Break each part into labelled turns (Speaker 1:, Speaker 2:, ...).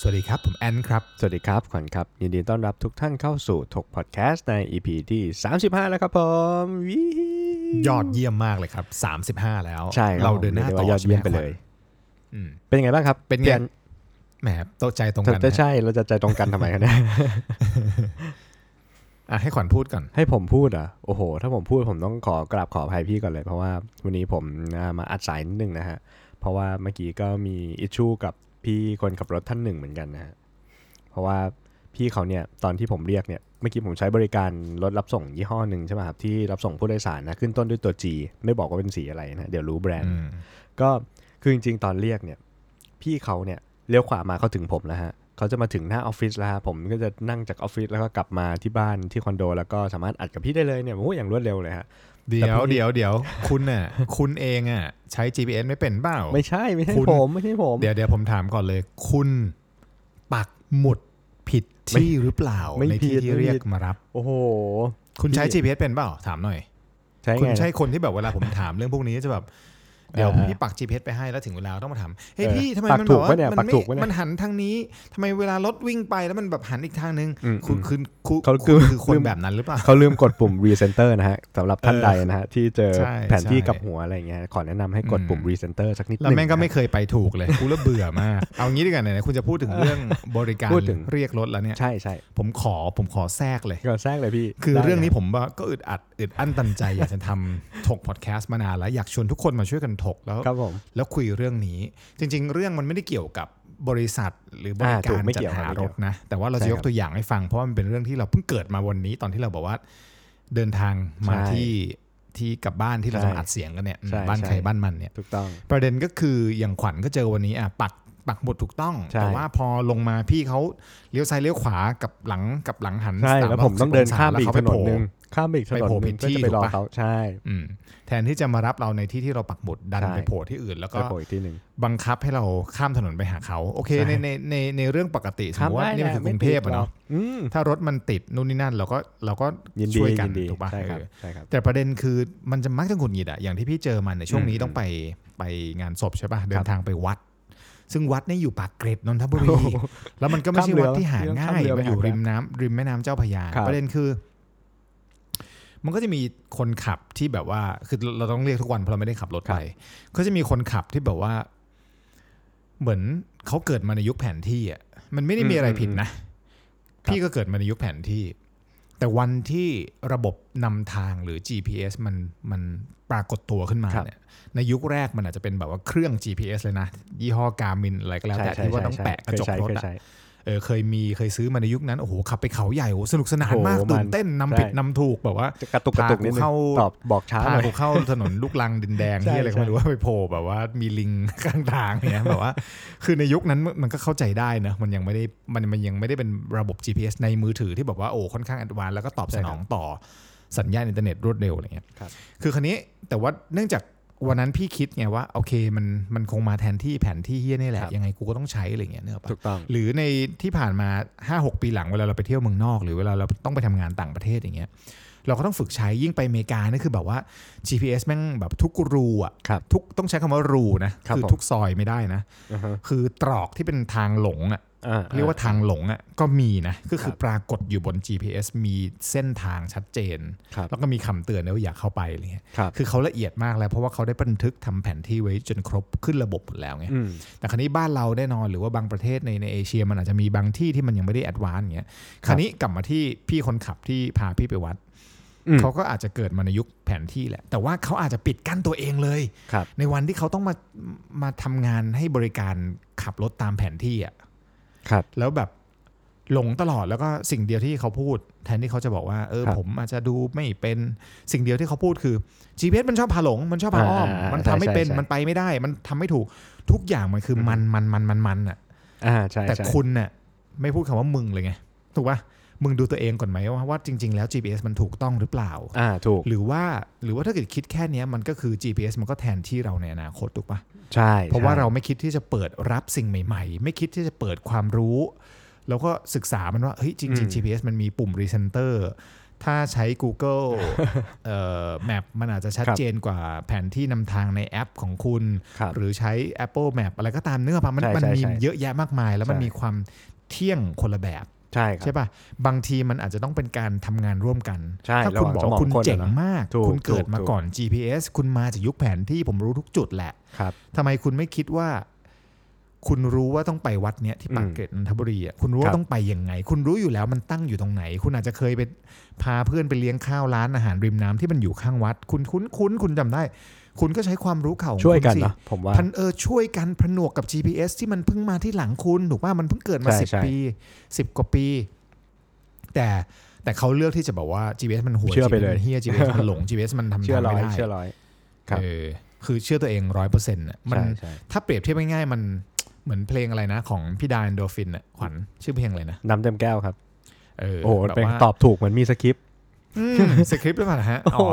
Speaker 1: สวัสดีครับ ผมแอนครับ
Speaker 2: สวัสดีครับ ขวัญครับ ยินดีต้อนรับทุกท่านเข้าสู่ถกพอดแคสต์ใน EP ที่ 35 แล้วครับผมวิ
Speaker 1: ยอดเยี่ยมมากเลยครับ 35 แล้ว
Speaker 2: ใช่คบ
Speaker 1: เราเดินหน้า
Speaker 2: รียก
Speaker 1: ต่
Speaker 2: ว่
Speaker 1: อย
Speaker 2: อดเยี่ยมไปเลย
Speaker 1: ใช่หครับอืม
Speaker 2: เป็นยังไงบ้างครับ
Speaker 1: เป็นไง
Speaker 2: พี่แอน
Speaker 1: แหมโต๊ะใจตรง
Speaker 2: แต่
Speaker 1: กัน
Speaker 2: แต่
Speaker 1: นะ
Speaker 2: ใช่เราจะใจตรงกันทำไมกันเนี่ย
Speaker 1: อ่ะให้ขวัญพูดก่อน
Speaker 2: ให้ผมพูดเหรอ่ะโอ้โห ถ้าผมพูดผมต้องขอกราบขออภัยพี่ก่อนเลย เพราะว่าวันนี้ผมอ่ามาอัดสายนิดนึงนะฮะ เพราะว่าเมื่อกี้ก็มีอิชชูกับพี่คนขับรถท่านหนึ่งเหมือนกันนะฮะ เพราะว่าพี่เขาเนี่ยตอนที่ผมเรียกเนี่ย เมื่อกี้ผมใช้บริการรถรับส่งยี่ห้อหนึ่งใช่ไหมครับที่รับส่งผู้โดยสารนะขึ้นต้นด้วยตัว G ไม่บอกว่าเป็นสีอะไรนะเดี๋ยวรู้แบรนด์
Speaker 1: อืม
Speaker 2: ก็คือจริงๆ ตอนเรียกเนี่ยพี่เขาเนี่ยเลี้ยวขวามาเขาถึงผมแล้วฮะเขาจะมาถึงหน้าออฟฟิศแล้วฮะผมก็จะนั่งจากออฟฟิศแล้วก็กลับมาที่บ้านที่คอนโด แล้วก็สามารถอัดกับพี่ได้เลยเนี่ยโอ้โหอย่างรวดเร็วเลยฮะ
Speaker 1: เดี๋
Speaker 2: แต่
Speaker 1: ย
Speaker 2: พ
Speaker 1: ว
Speaker 2: วกนี้
Speaker 1: เดี๋ยวเดี๋ยวคุณน่ะ คุณเองอ่ะ ใช้ GPS ไม่เป็นเปล่า
Speaker 2: ไม่ใช่ไม่ใช่
Speaker 1: คุณ
Speaker 2: ผมไม่ใช่ผม
Speaker 1: เดี๋ยวเดี๋ยวผมถามก่อนเลย คุณปักหมุดผิดที่หรือเปล่า
Speaker 2: ไม่
Speaker 1: ในที่
Speaker 2: ผิด
Speaker 1: ที่
Speaker 2: ไม่
Speaker 1: เรีย
Speaker 2: ผิ
Speaker 1: ก
Speaker 2: ด
Speaker 1: มารับ
Speaker 2: โอ้โห
Speaker 1: คุณใช้ GPS เป็นเปล่าถามหน่อย
Speaker 2: ใช่
Speaker 1: คุณ
Speaker 2: ไงนะ
Speaker 1: ใช่คนที่แบบเวลาผมถามเรื่องพวกนี้จะแบบ เดี๋ยว
Speaker 2: เออ
Speaker 1: พี่ปัก GPS ไปให้แล้วถึงเวลาต้องมาถามเฮ้ย
Speaker 2: เออ
Speaker 1: พี่ทำไม
Speaker 2: ปัก
Speaker 1: มัน
Speaker 2: ถูก
Speaker 1: แบบว่า
Speaker 2: ปะเนี่ย
Speaker 1: มั
Speaker 2: ปัก
Speaker 1: นไม่
Speaker 2: ถูกปะเนี่ย
Speaker 1: มันหันทางนี้ทำไมเวลารถวิ่งไปแล้วมันแบบหันอีกทางนึง
Speaker 2: อืม
Speaker 1: คุณ
Speaker 2: อืม
Speaker 1: คือคุ
Speaker 2: เขา
Speaker 1: คือ
Speaker 2: คือ
Speaker 1: คือคน
Speaker 2: ลืม
Speaker 1: แบบนั้นหรือเปล่า
Speaker 2: เขาลืมกดปุ่ม recenter นะฮะสำหรับท่าน
Speaker 1: เออ
Speaker 2: ใดนะฮะที่เจอ
Speaker 1: ใช่
Speaker 2: แผนที่
Speaker 1: ใช่
Speaker 2: กับหัวอะไรเงี้ยขอแนะนำให้กดปุ่ม
Speaker 1: อืม
Speaker 2: recenter สักนิดหนึง
Speaker 1: แล้วแม่งก็
Speaker 2: นะฮะ
Speaker 1: ไม่เคยไปถูกเลยกูแล้วเบื่อมากเอางี้ดีกว่าไหนๆคุณจะพูดถึงเรื่อง บริการ
Speaker 2: พูดถึง
Speaker 1: เรียกรถแล้วเนี่ย
Speaker 2: ใช่ใช่
Speaker 1: ผมขอผมขอแทรกเลย
Speaker 2: ก็แทรกเลยพี่
Speaker 1: คือ
Speaker 2: ได้
Speaker 1: เรื่องนี้ผมว่าก็อึดอัดอึดอั้นตัน ใจ อยากจะทำถกพอดแคสต์มานานแล้วอยากชวนทุกคนมาช่วยกันถกแล้ว
Speaker 2: ครับผม
Speaker 1: แล้วคุยเรื่องนี้จริง ๆ เรื่องมันไม่ได้เกี่ยวกับบริษัทหรือบริ
Speaker 2: อ่าถู
Speaker 1: กาก ร
Speaker 2: ไม่
Speaker 1: จั
Speaker 2: เกี่ยว
Speaker 1: ดหา
Speaker 2: ครับไม่
Speaker 1: ร
Speaker 2: เกี่
Speaker 1: ถ
Speaker 2: ยว
Speaker 1: นะ แต่ว่าเรา
Speaker 2: ใช่
Speaker 1: จะย
Speaker 2: ค
Speaker 1: ก
Speaker 2: รับ
Speaker 1: ตัวอย่างให้ฟังเพราะว่ามันเป็นเรื่องที่เราเพิ่งเกิดมาวันนี้ตอนที่เราบอกว่า เดินทางมา
Speaker 2: ใช่
Speaker 1: ที่ที่กลับบ้านที่เรา
Speaker 2: ใช่
Speaker 1: จะมาอัดเสียงกันเนี่ยอืม
Speaker 2: ใช่
Speaker 1: บ้าน
Speaker 2: ใช่
Speaker 1: ใครบ้านมันเนี่ย
Speaker 2: ถูกต้อง
Speaker 1: ประเด็นก็คืออย่างขวัญก็เจอวันนี้อ่ะปักปักหมุดถูกต้อง
Speaker 2: ใช่
Speaker 1: แต่ว่าพอลงมาพี่เขาเลี้ยวซ้ายเลี้ยวขวากับหลังกับหลังหัน
Speaker 2: ใช่แล้วผมต้อง
Speaker 1: 360
Speaker 2: เดินข้ามไปอีก
Speaker 1: ศ
Speaker 2: ถนนห
Speaker 1: แล้วเขไปโผ
Speaker 2: นึ่
Speaker 1: ล่
Speaker 2: งข้ามไปอีกถนนหนึ่ง
Speaker 1: ไปโผล่ผิด
Speaker 2: ก็
Speaker 1: ที่
Speaker 2: จะไปรอ
Speaker 1: ถูกปะ
Speaker 2: เขาใช่
Speaker 1: อืมแทนที่จะมารับเราในที่ที่เราปักหมุดดัน
Speaker 2: ใช่
Speaker 1: ไปโผล่ที่อื่นแล้วก็
Speaker 2: ไปโผล่อีกที่หนึ่ง
Speaker 1: บังคับให้เราข้ามถนนไปหาเขา โอเค
Speaker 2: ใช่
Speaker 1: ในในในในเรื่องปกติสมมติว่านี่มันคือกรุงเทพอะเนาะ
Speaker 2: อืม
Speaker 1: ถ้ารถมันติดนู่นนี่นั่นเราก็เราก็
Speaker 2: ยินดี
Speaker 1: ช่วยกัน
Speaker 2: ยินดี
Speaker 1: ถูกปะ
Speaker 2: ใช่ครับ
Speaker 1: เออ
Speaker 2: ใช่ครับ
Speaker 1: แต่ประเด็นคือมันจะมักจะหงุดหงิดอะอย่างที่พี่เจอมันในยช่วงนี้
Speaker 2: อืม
Speaker 1: ต้องไปไปงานศพใช่ปะเดิ
Speaker 2: ครั
Speaker 1: น
Speaker 2: บ
Speaker 1: ทางไปวัด ซึ่งวัดเนี่ยอยู่ปากเกร็ดนนทบุรีแล้วมันก็ไม่
Speaker 2: ข้าม
Speaker 1: ใช่วัด
Speaker 2: เรือ
Speaker 1: ที่หา
Speaker 2: เรื่อง
Speaker 1: ง่า
Speaker 2: ข้าม
Speaker 1: ย
Speaker 2: เรือ
Speaker 1: มันอยู่
Speaker 2: ไปหา
Speaker 1: ริมน้ำริมแม่น้ำเจ้าพระยา
Speaker 2: ครับ
Speaker 1: ประเด็นคือ มันก็จะมีคนขับที่แบบว่า คือเราต้องเรียกทุกวันเพราะเราไม่ได้ขับรถไป ก็จะมีคนขับที่แบบว่า เหมือนเขาเกิดมาในยุคแผนที่อ่ะ มันไม่ได้มีอะไรผิดนะ
Speaker 2: ครับ
Speaker 1: พี่ก็เกิดมาในยุคแผนที่ แต่วันที่ระบบนำทางหรือ GPS มันมันปรากฏตัวขึ้นมาเนี่ย ในยุคแรกมันอาจจะเป็นแบบว่าเครื่อง GPS เลยนะ ยี่ห้อการ์มินอะไรก็แล้วแต่ที่ว่าต้องแปะกระจกรถ
Speaker 2: เคย
Speaker 1: อะ
Speaker 2: ใช้
Speaker 1: เออเคยมีเคยซื้อมาในยุคนั้น โอ้โห ขับไปเขาใหญ่โอ้โหสนุกสนาน
Speaker 2: โอ้โห
Speaker 1: มากตื่
Speaker 2: มัน น
Speaker 1: เต้นนำผิด
Speaker 2: ใช่
Speaker 1: นำถูกแบบว่า
Speaker 2: เคยใช้กระตุกกระตุกนิดนึ
Speaker 1: พาง เข้า
Speaker 2: ตอบบอกช้าห
Speaker 1: พา
Speaker 2: น่อย
Speaker 1: กูเข้าถนนลูกลังดินแดง
Speaker 2: ใช่
Speaker 1: ที่อะไรก็ไม่
Speaker 2: ใช่
Speaker 1: รู้ว่าไปโผล่แบบว่ามีลิง ข้างทางเนี่ยแบบว่า คือในยุคนั้นมันก็เข้าใจได้นะมันยังไม่ได้มันมันยังไม่ได้เป็นระบบ GPS ในมือถือที่แบบว่าโอ้ค่อนข้างอัดวานแล้วก็ตอบสนองต่อสัญญาณอินเทอร์เน็ตรวดเร็วอะไรเงี้ย
Speaker 2: ครับ
Speaker 1: คือคันนี้แต่ว่าเนื่องจากวันนั้นพี่คิดไงว่าโอเคมันมันคงมาแทนที่แผนที่เฮี้ยนี่แหละยังไงกูก็ต้องใช้อะไรเงี้ยเนกอะปะ
Speaker 2: ถูกต้อง
Speaker 1: หรือในที่ผ่านมา 5 6 ปีหลังเวลาเราไปเที่ยวเมืองนอก หรือเวลาเราต้องไปทำงานต่างประเทศอย่างเงี้ยเราก็ต้องฝึกใช้ยิ่งไปอเมริกานี่คือแบบว่า GPS แม่งแบบทุกรูอ่ะ
Speaker 2: ครับ
Speaker 1: ทุกต้องใช้คำว่ารูนะครับ อ
Speaker 2: ผม
Speaker 1: ทุกซอยไม่ได้นะ
Speaker 2: อ่าฮะ
Speaker 1: คือตรอกที่เป็นทางหลงอ่ะ
Speaker 2: อ่
Speaker 1: เรียกว่าทางหลงอ่ะก็มีนะก็คื
Speaker 2: ค
Speaker 1: อ
Speaker 2: รับ
Speaker 1: ปรากฏอยู่บน GPS มีเส้นทางชัดเจน
Speaker 2: ครับ
Speaker 1: แล้วก็มีคำเตือนด้วยว่าอย่าเข้าไปอะไรเงี้ย
Speaker 2: ครับ
Speaker 1: คือเขาละเอียดมากแล้วเพราะว่าเขาได้บันทึกทำแผนที่ไว้จนครบขึ้นระบบหมดแล้วไง
Speaker 2: อืม
Speaker 1: แต่คราวนี้บ้านเราแน่นอนหรือว่าบางประเทศในในเอเชียมันอาจจะมีบางที่ที่มันยังไม่ได้แอดวานซ์อย่างเงี้ย
Speaker 2: ครับ
Speaker 1: คราวนี้กลับมาที่พี่คนขับที่พาพี่ไปวัด
Speaker 2: อืม
Speaker 1: เขาก็อาจจะเกิดมาในยุคแผนที่แหละ แต่ว่าเขาอาจจะปิดกั้นตัวเองเลย
Speaker 2: ครับ
Speaker 1: ในวันที่เขาต้องมามาทำงานให้บริการขับรถตามแผนที่อ่ะ
Speaker 2: ครับ
Speaker 1: แล้วแบบหลงตลอดแล้วก็สิ่งเดียวที่เขาพูด แทนที่เขาจะบอกว่าเออ
Speaker 2: ครับ
Speaker 1: ผมอาจจะดูไม่เป็นสิ่งเดียวที่เขาพูดคือ GPS มันชอบพาหลง มันชอบพาอ้อม
Speaker 2: อ่ามั
Speaker 1: มันทำไม่เป็น
Speaker 2: ใช่ใช่
Speaker 1: มันไปไม่ได้ มันทำไม่ถูกทุกอย่างมันคือมันมันมันมันมันอ่ะ
Speaker 2: อ่าใช่
Speaker 1: แต่
Speaker 2: ใช่
Speaker 1: คุณเนี่ยไม่พูดคำว่ามึงเลยไง ถูกปะ มึงดูตัวเองก่อนไหมว่าว่าจริง ๆ แล้ว GPS มันถูกต้องหรือเปล่า
Speaker 2: อ่าถูก
Speaker 1: หรือว่าหรือว่าถ้าเกิดคิดแค่เนี้ยมันก็คือ GPS มันก็แทนที่เราในอนาคตถูกปะ
Speaker 2: ใช่
Speaker 1: เพราะว่า
Speaker 2: ใช่
Speaker 1: เราไม่คิดที่จะเปิดรับสิ่งใหม่ ๆ ไม่คิดที่จะเปิดความรู้ แล้วก็ศึกษามันว่าเฮ้ยจริง ๆ GPS มันมีปุ่ม recenter ถ้าใช้ Google เอ่อ Map มันอาจจะชัดเจนกว่าแผนที่นำทางในแอปของคุณ
Speaker 2: ครับ
Speaker 1: หรือใช้ Apple Map อะไรก็ตามเนื้อปะมัน
Speaker 2: ใช่
Speaker 1: มัน
Speaker 2: ใช่
Speaker 1: มี
Speaker 2: ใช่
Speaker 1: เยอะแยะมากมาย แล้วมัน
Speaker 2: ใช่
Speaker 1: มีความเที่ยงคนละแบบ
Speaker 2: ใช่ครับ
Speaker 1: ใช่ป่ะ บางทีมันอาจจะต้องเป็นการทำงานร่วมกัน
Speaker 2: ใช่
Speaker 1: ถ้าคุณบอก
Speaker 2: ระหว่างสมอง
Speaker 1: คุณ
Speaker 2: คนอะ
Speaker 1: เจ๋ง
Speaker 2: นะ
Speaker 1: มาก
Speaker 2: ถูก
Speaker 1: คุณเกิดมา
Speaker 2: ถูก
Speaker 1: ก่อน GPS คุณมาจากยุคแผนที่ผมรู้ทุกจุดแหละ
Speaker 2: ครับ
Speaker 1: ทำไมคุณไม่คิดว่า คุณรู้ว่าต้องไปวัดเนี้ยที่ปาก
Speaker 2: อืม
Speaker 1: เกร็ดนนทบุรีอ่ะคุณรู้
Speaker 2: ครับ
Speaker 1: ว่าต้องไปยังไง คุณรู้อยู่แล้วมันตั้งอยู่ตรงไหน คุณอาจจะเคยไปพาเพื่อนไปเลี้ยงข้าวร้านอาหารริมน้ำที่มันอยู่ข้างวัด คุณคุ้นคุ้นคุณจำได้ คุณก็ใช้ความรู้เข่าของ
Speaker 2: ช่วยกัน
Speaker 1: คุณสิ
Speaker 2: เนอะผมว่า
Speaker 1: พันเออช่วยกันผนวกกับ GPS ที่มันเพิ่งมาที่หลังคุณถูกป่ะมันเพิ่งเกิดมา
Speaker 2: ใช่
Speaker 1: สิบ
Speaker 2: ใช่
Speaker 1: ปีสิบกว่าปี แต่แต่เขาเลือกที่จะบอกว่า GPS มันห่วย
Speaker 2: เชื่อไป
Speaker 1: GPS
Speaker 2: เลย
Speaker 1: มันเฮีย GPS มันหลง GPS มันทำ
Speaker 2: เชื่อ
Speaker 1: ทาง
Speaker 2: ร้อ
Speaker 1: ไม่
Speaker 2: ย
Speaker 1: ได้
Speaker 2: เชื่อร้อย ครับ
Speaker 1: เออคือเชื่อตัวเองร้อยเปอร์เซ็นต์่ะมัน
Speaker 2: ใช่ใช่
Speaker 1: ถ้าเปรียบเทียบง่ายๆมัน เหมือนเพลงอะไรนะ ของพี่ดานโดฟินอ่ะขวัญชื่อเพลงอะไรนะ
Speaker 2: น้ำเต็มแก้วครับ
Speaker 1: เออ
Speaker 2: โอ้โห
Speaker 1: แบบ
Speaker 2: เป็น
Speaker 1: ว่า
Speaker 2: ตอบถูกเหมือนมีสคริปต์
Speaker 1: อืมสคริปต์หรือเปล่าฮะอ๋อ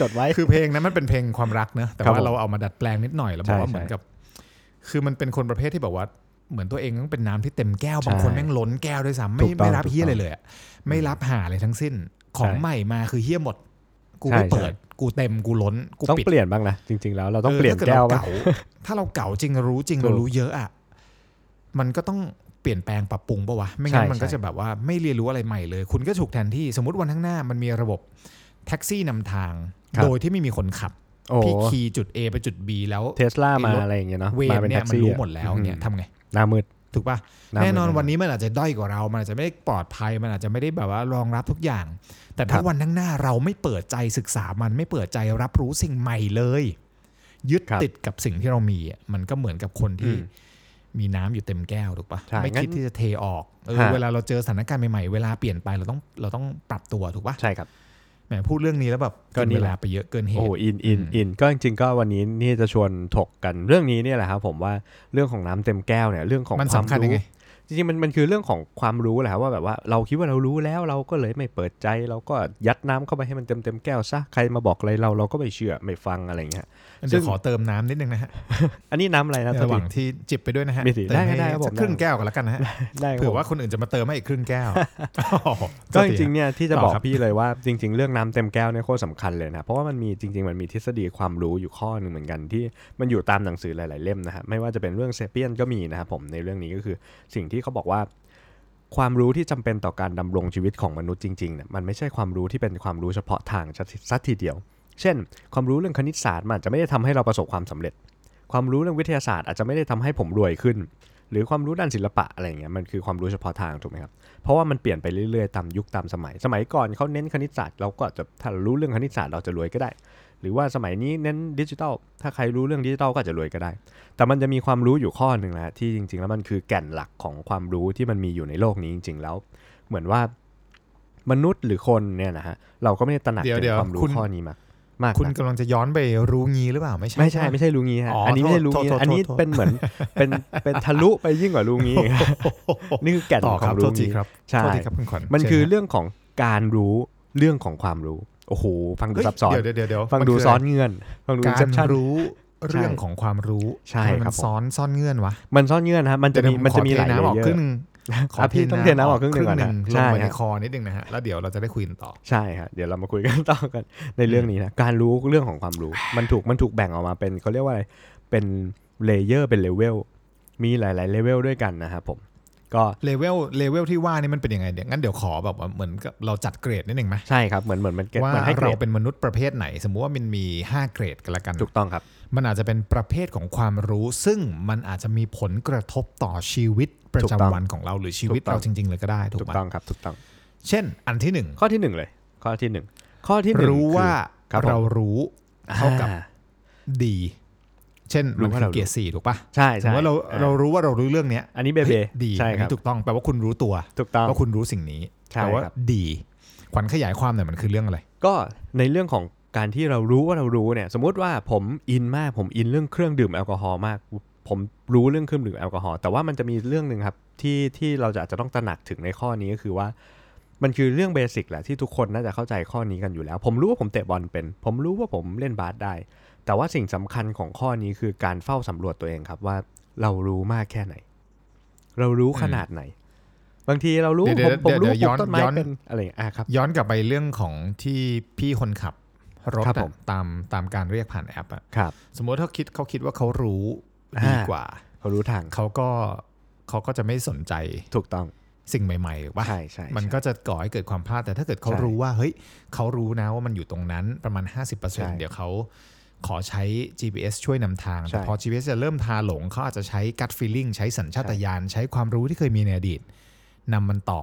Speaker 2: จดไว้
Speaker 1: คือเพลงนั้นมันเป็นเพลงความรักเนอะแต่
Speaker 2: ครับ
Speaker 1: ว่า
Speaker 2: ผม
Speaker 1: เราเอามาดัดแปลงนิดหน่อยแล้ว
Speaker 2: ใช่
Speaker 1: บอกว่าเหมือนกับ คือมันเป็นคนประเภทที่แบบว่าเหมือนตัวเองต้องเป็นน้ำที่เต็มแก้วบางคน
Speaker 2: ใช่
Speaker 1: แม่งล้นแก้วด้วยซ้ำ
Speaker 2: ถูกต้อง
Speaker 1: ไม่ไม่รับ
Speaker 2: ถูก
Speaker 1: เฮี้ย
Speaker 2: ต้อง
Speaker 1: เลยเลยอะไม่รับหาอะไรทั้งสิ้น ของ
Speaker 2: ใช่
Speaker 1: ใหม่มาคือเฮี้ยหมด กู
Speaker 2: ใช่
Speaker 1: ไม่เปิด
Speaker 2: ใช่
Speaker 1: กูเต็มกูล้นกู
Speaker 2: ต้อง
Speaker 1: ปิด
Speaker 2: เปลี่ยนบ้างนะจริง ๆ แล้วเราต้องเปลี่ยนแก้วบ้าง
Speaker 1: เออถ้าเราเก่าถ้าเราเก่าจริงรู้จริง
Speaker 2: ถูก
Speaker 1: เรารู้เยอะอ่ะมันก็ต้องเปลี่ยนแปลงปรับปรุงปะวะไม่งั้น
Speaker 2: ใช่
Speaker 1: มันก็
Speaker 2: ใช่
Speaker 1: จะแบบว่าไม่เรียนรู้อะไรใหม่เลย คุณก็ถูกแทนที่สมมติวันข้างหน้ามันมีระบบแท็กซี่นำทาง โดยที่ไม่มีคนขับ
Speaker 2: โอ้
Speaker 1: พี่ขี่จุด A ไปจุด B แล้ว
Speaker 2: เทสลามาอะไรอย่างเงี้ยเนาะ
Speaker 1: เว
Speaker 2: มาน เป็น
Speaker 1: เนี่
Speaker 2: แท็ก
Speaker 1: ยมัน
Speaker 2: ซี่
Speaker 1: รู้
Speaker 2: อะ
Speaker 1: หมดแล้วเนี่ยทำไง
Speaker 2: หน้ามืด
Speaker 1: ถูกปะ
Speaker 2: น่าเหมือน
Speaker 1: แน่นอนวันนี้มันอาจจะด้อยกว่าเรา มันอาจจะไม่ปลอดภัย มันอาจจะไม่ได้แบบว่ารองรับทุกอย่าง แต่
Speaker 2: ค
Speaker 1: ถ้า
Speaker 2: รับ
Speaker 1: วันข้างหน้าเราไม่เปิดใจศึกษามันไม่เปิดใจรับรู้สิ่งใหม่เลย ยึดติดกับสิ่งที่เรามีอะมันก็เหมือนกับคนที่มีน้ำอยู่เต็มแก้วถูกปะ
Speaker 2: ใช่
Speaker 1: ไม่
Speaker 2: งั้น
Speaker 1: คิดที่จะเทออกเออ
Speaker 2: ฮะ
Speaker 1: เวลาเราเจอสถานการณ์ใหม่ๆเวลาเปลี่ยนไปเราต้องเราต้องปรับตัวถูกปะ
Speaker 2: ใช่ครับ
Speaker 1: แหมพูดเรื่องนี้แล้วแบบ
Speaker 2: ก็นี่
Speaker 1: เว
Speaker 2: แหละ
Speaker 1: ลาไปเยอะเกินเห
Speaker 2: โอ้
Speaker 1: ตุ
Speaker 2: โหอินอินอินก็จริงๆก็วันนี้นี่จะชวนถกกันเรื่องนี้เนี่ยแหละครับผมว่าเรื่องของน้ำเต็มแก้วเนี่ยเรื่องของ
Speaker 1: มัน
Speaker 2: ควา
Speaker 1: สำ
Speaker 2: ม
Speaker 1: คัญยัง
Speaker 2: รู้
Speaker 1: ไง
Speaker 2: จริงๆมันมันคือเรื่องของความรู้แหละครับว่าแบบว่าเราคิดว่าเรารู้แล้วเราก็เลยไม่เปิดใจ เราก็ยัดน้ำเข้าไปให้มันเต็มเต็มๆแก้วซะใครมาบอกอะไรเราเราก็ไม่เชื่อไม่ฟังอะไรอย่างเงี้ย
Speaker 1: เดี๋ยวขอเติมน้ำนิดนึงนะฮะ
Speaker 2: อันนี้น้ำอะไรนะ
Speaker 1: ระหว่าง
Speaker 2: โทษที
Speaker 1: ที่จิบไปด้วยนะฮะ
Speaker 2: มีสิ
Speaker 1: เติมให้
Speaker 2: ได้ได้ครับผม
Speaker 1: สักครึ่งแก้วก่อนแล้วกันนะฮะ
Speaker 2: ได้ครับ
Speaker 1: เผื่อ
Speaker 2: ผม
Speaker 1: ว่าคนอื่นจะมาเติมให้อีกครึ่งแก้ว
Speaker 2: ก็จริงๆเนี่ยที่จะ
Speaker 1: ต่อบ
Speaker 2: อ
Speaker 1: ค
Speaker 2: ก
Speaker 1: รับ
Speaker 2: พี่เลยว่าจริง ๆ เรื่องน้ำเต็มแก้วเนี่ยโคตรสำคัญเลยนะเพราะว่ามันมีจริง ๆ มันมีทฤษฎีความรู้อยู่ข้อหนึ่งเหมือนกันที่มันอยู่ตามหนังสือหลาย ๆ เล่มนะครับไม่ว่าจะเป็นเรื่องเซเปียนก็มีนะครับผมในเรื่องนี้ก็คือสิ่งที่เขาบอกว่า ความรู้ที่จำเป็นต่อการดำรงชีวิตของมนุษย์จริงๆเนี่ยมันไม่ใช่ความรู้ที่เป็นความรู้เฉพาะทางสักทีเดียว เช่น ความรู้เรื่องคณิตศาสตร์มันอาจจะไม่ได้ทำให้เราประสบความสำเร็จ ความรู้เรื่องวิทยาศาสตร์อาจจะไม่ได้ทำให้ผมรวยขึ้น หรือความรู้ด้านศิลปะอะไรอย่างเงี้ยมันคือความรู้เฉพาะทางถูกไหมครับ เพราะว่ามันเปลี่ยนไปเรื่อยๆตามยุคตามสมัย สมัยก่อนเขาเน้นคณิตศาสตร์เราก็อาจจะถ้าเรารู้เรื่องคณิตศาสตร์เราจะรวยก็ได้ หรือว่าสมัยนี้เน้นดิจิทัลถ้าใครรู้เรื่องดิจิทัลก็อาจจะรวยก็ได้ แต่มันจะมีความรู้อยู่ข้อหนึ่งนะฮะที่จริง ๆ แล้วมันคือแก่นหลักของความรู้ที่มันมีอยู่ในโลกนี้จริง ๆ แล้ว เหมือนว่ามนุษย์หรือคนเนี่ยนะฮะเราก็ไม่ได้ตระหนัก
Speaker 1: เดี๋ยว
Speaker 2: ถึ
Speaker 1: เดี๋
Speaker 2: ง
Speaker 1: ยว
Speaker 2: ความรู้
Speaker 1: คุณ
Speaker 2: ข้อนี้มากมาก
Speaker 1: คุณ
Speaker 2: นะ
Speaker 1: กำลังจะย้อนไปรู้งี้หรือเปล่าไม่ใช่
Speaker 2: ไม่ใช่ไม่ใช่ลุงงี้ฮะ
Speaker 1: อ๋ออั
Speaker 2: อันนี้ไม่ใช่ลุงงี้
Speaker 1: โทษโทษ
Speaker 2: อันนี้
Speaker 1: โทษ
Speaker 2: เป็นเหมือนเป็นเป็นทะลุไปยิ่งกว่าลุงงี้อีกฮะนี่คือแก่น
Speaker 1: ต่อ
Speaker 2: ขอ
Speaker 1: ครับ
Speaker 2: ง
Speaker 1: โท
Speaker 2: ลุ
Speaker 1: ษ
Speaker 2: ง
Speaker 1: ที
Speaker 2: งี้
Speaker 1: ครับ
Speaker 2: ใช่
Speaker 1: โทษทีครับคุณขวัญ
Speaker 2: มัน
Speaker 1: เชิญ
Speaker 2: คือ
Speaker 1: รับ
Speaker 2: เรื่องของการรู้เรื่องของความรู้ โอ้โหฟังดู
Speaker 1: เฮ้ย
Speaker 2: ซับซ้อน
Speaker 1: เดี๋ยวเดี๋ยวเดี๋ยว
Speaker 2: ฟัง
Speaker 1: มั
Speaker 2: ดู
Speaker 1: คืะไร
Speaker 2: ซ้อนเงื่อนฟังดู
Speaker 1: การ
Speaker 2: inception
Speaker 1: รู้เรื่องของความรู้
Speaker 2: ใช่
Speaker 1: ทำไม
Speaker 2: ค
Speaker 1: มั
Speaker 2: รับผม
Speaker 1: ซ้อนซ่อนเงื่อนวะ
Speaker 2: มันซ่อนเงื่อนฮะมันจะ
Speaker 1: เดี๋
Speaker 2: มีมั
Speaker 1: ยวผ
Speaker 2: นจะมีห
Speaker 1: ขอ
Speaker 2: ลาย
Speaker 1: เทน้ำออก
Speaker 2: เย
Speaker 1: ครึ่
Speaker 2: อะ
Speaker 1: งหนึ่งขอ
Speaker 2: อ่ะพี่ต้องเทน้ำออกครึ่งหนึ่งก่อนนะ
Speaker 1: ล
Speaker 2: ใช่
Speaker 1: งไปใน
Speaker 2: ฮะ
Speaker 1: คอนิดนึงนะฮะแล้วเดี๋ยวเราจะได้คุยกันต่อ
Speaker 2: ใช่ครับเดี๋ยวเรามาคุยกันต่อกันในเรื่องนี้นะการรู้เรื่องของความรู้ มันถูกมันถูกแบ่งออกมาเป็นเขาเรียกว่าอะไรเป็นเลเยอร์เป็นเลเวลมีหลาย ๆ เลเวลด้วยกันนะครับผมก็
Speaker 1: เลเวลเลเวลที่ว่านี่มันเป็นยังไงเดี๋ยวงั้นเดี๋ยวขอแบบว่าเหมือนกับเราจัดเกรดนิดนึงไหม
Speaker 2: ใช่ครับ เหมือนเหมือนมันเก็ต
Speaker 1: ว่า
Speaker 2: เหมือนให้เกร
Speaker 1: เรา
Speaker 2: ด
Speaker 1: เป็นมนุษย์ประเภทไหน สมมุติว่ามันมีห้าเกรดกันละกัน
Speaker 2: ถูกต้องครับ
Speaker 1: มันอาจจะเป็นประเภทของความรู้ ซึ่งมันอาจจะมีผลกระทบต่อชีวิตประ
Speaker 2: ถูกต้อ
Speaker 1: จำ
Speaker 2: ง
Speaker 1: วันของเราหรือชี
Speaker 2: ถู
Speaker 1: วิต
Speaker 2: กต้อง
Speaker 1: เราจริง ๆ เลยก็ได้ถูก
Speaker 2: ถูก
Speaker 1: ไหม
Speaker 2: ต้องครับถูกต้อง
Speaker 1: เช่น อันที่หนึ่ง
Speaker 2: ข้อที่หนึ่งเลย ข้อที่หนึ่งข้อที่หนึ่ง
Speaker 1: รู้
Speaker 2: คือ
Speaker 1: ว่า
Speaker 2: ครับผม
Speaker 1: เรารู้เท่ากับ
Speaker 2: อ่
Speaker 1: ดี เช่น
Speaker 2: รู้
Speaker 1: มัน
Speaker 2: ว่า
Speaker 1: คือ
Speaker 2: เรารู้
Speaker 1: เกียร์สี่ถูกปะ
Speaker 2: ใช่
Speaker 1: สม
Speaker 2: ใช่
Speaker 1: มติว่าเรา
Speaker 2: อ่
Speaker 1: เรารู้ว่าเรารู้เรื่องเนี้ย
Speaker 2: อันนี้เบเบ
Speaker 1: ฮ้ยดี
Speaker 2: ใช่
Speaker 1: อัน
Speaker 2: ครับ
Speaker 1: นี้ถูกต้องแปลว่าคุณรู้ตัว
Speaker 2: ถูกต้อง
Speaker 1: ว่าคุณรู้สิ่งนี้
Speaker 2: ใช่
Speaker 1: แปลว่า
Speaker 2: ครับ
Speaker 1: ดีขวัญขยายความหน่อยมันคือเรื่องอะไร
Speaker 2: ก็ในเรื่องของการที่เรารู้ว่าเรารู้เนี่ย สมมติว่าผมอินมากผมอินเรื่องเครื่องดื่มแอลกอฮอล์มาก ผมรู้เรื่องเครื่องดื่มแอลกอฮอล์แต่ว่ามันจะมีเรื่องหนึ่งครับที่ที่เราจะอาจจะต้องตระหนักถึงในข้อนี้ก็คือว่า มันคือเรื่องเบสิกแหละที่ทุกคนน่าจะเข้าใจข้อนี้กันอยู่แล้ว ผมรู้ว่าผมเตะบอลเป็น ผมรู้ว่าผมเล่นบาสได้ แต่ว่าสิ่งสำคัญของข้อนี้คือการเฝ้าสำรวจตัวเองครับว่าเรารู้มากแค่ไหน เรารู้ขนาดไหน บางทีเรารู้
Speaker 1: เดี๋
Speaker 2: ผ
Speaker 1: ยว
Speaker 2: ม
Speaker 1: เดี๋ยว
Speaker 2: ผมรู้
Speaker 1: เดี๋
Speaker 2: ว่าปลูก
Speaker 1: ยวย้อน
Speaker 2: ต้นไม้
Speaker 1: ย้อน
Speaker 2: เป็นอะไรอย่างเงี้ยอ่ะครับ
Speaker 1: ย้อนกลับไปเรื่องของที่พี่คนขับรถ
Speaker 2: ครับ
Speaker 1: อะ
Speaker 2: ผม
Speaker 1: ตามตามการเรียกผ่านแอปอะ
Speaker 2: ครับ
Speaker 1: สมมติเขาคิดเขาคิดว่าเขารู้ดีกว่า
Speaker 2: เขารู้ทาง
Speaker 1: เขาก็เขาก็จะไม่สนใจ
Speaker 2: ถูกต้อง
Speaker 1: สิ่งใหม่ๆหรือว่า
Speaker 2: ใช่ใช่ใช่
Speaker 1: มันก็จะก่อให้เกิดความพลาดแต่ถ้าเกิดเขา
Speaker 2: ใช่
Speaker 1: รู้ว่าเฮ้ยเขารู้นะว่ามันอยู่ตรงนั้นประมาณ 50%เ
Speaker 2: ใช่
Speaker 1: ดี๋ยวเขาขอใช้ GPS ช่วยนำทาง
Speaker 2: ใช่
Speaker 1: แต่พอ GPS จะเริ่มพาหลงเขาอาจจะใช้ gut feeling ใช้สัญชาตญาณใช้ความรู้ที่เคยมีในอดีตนำมันต่อ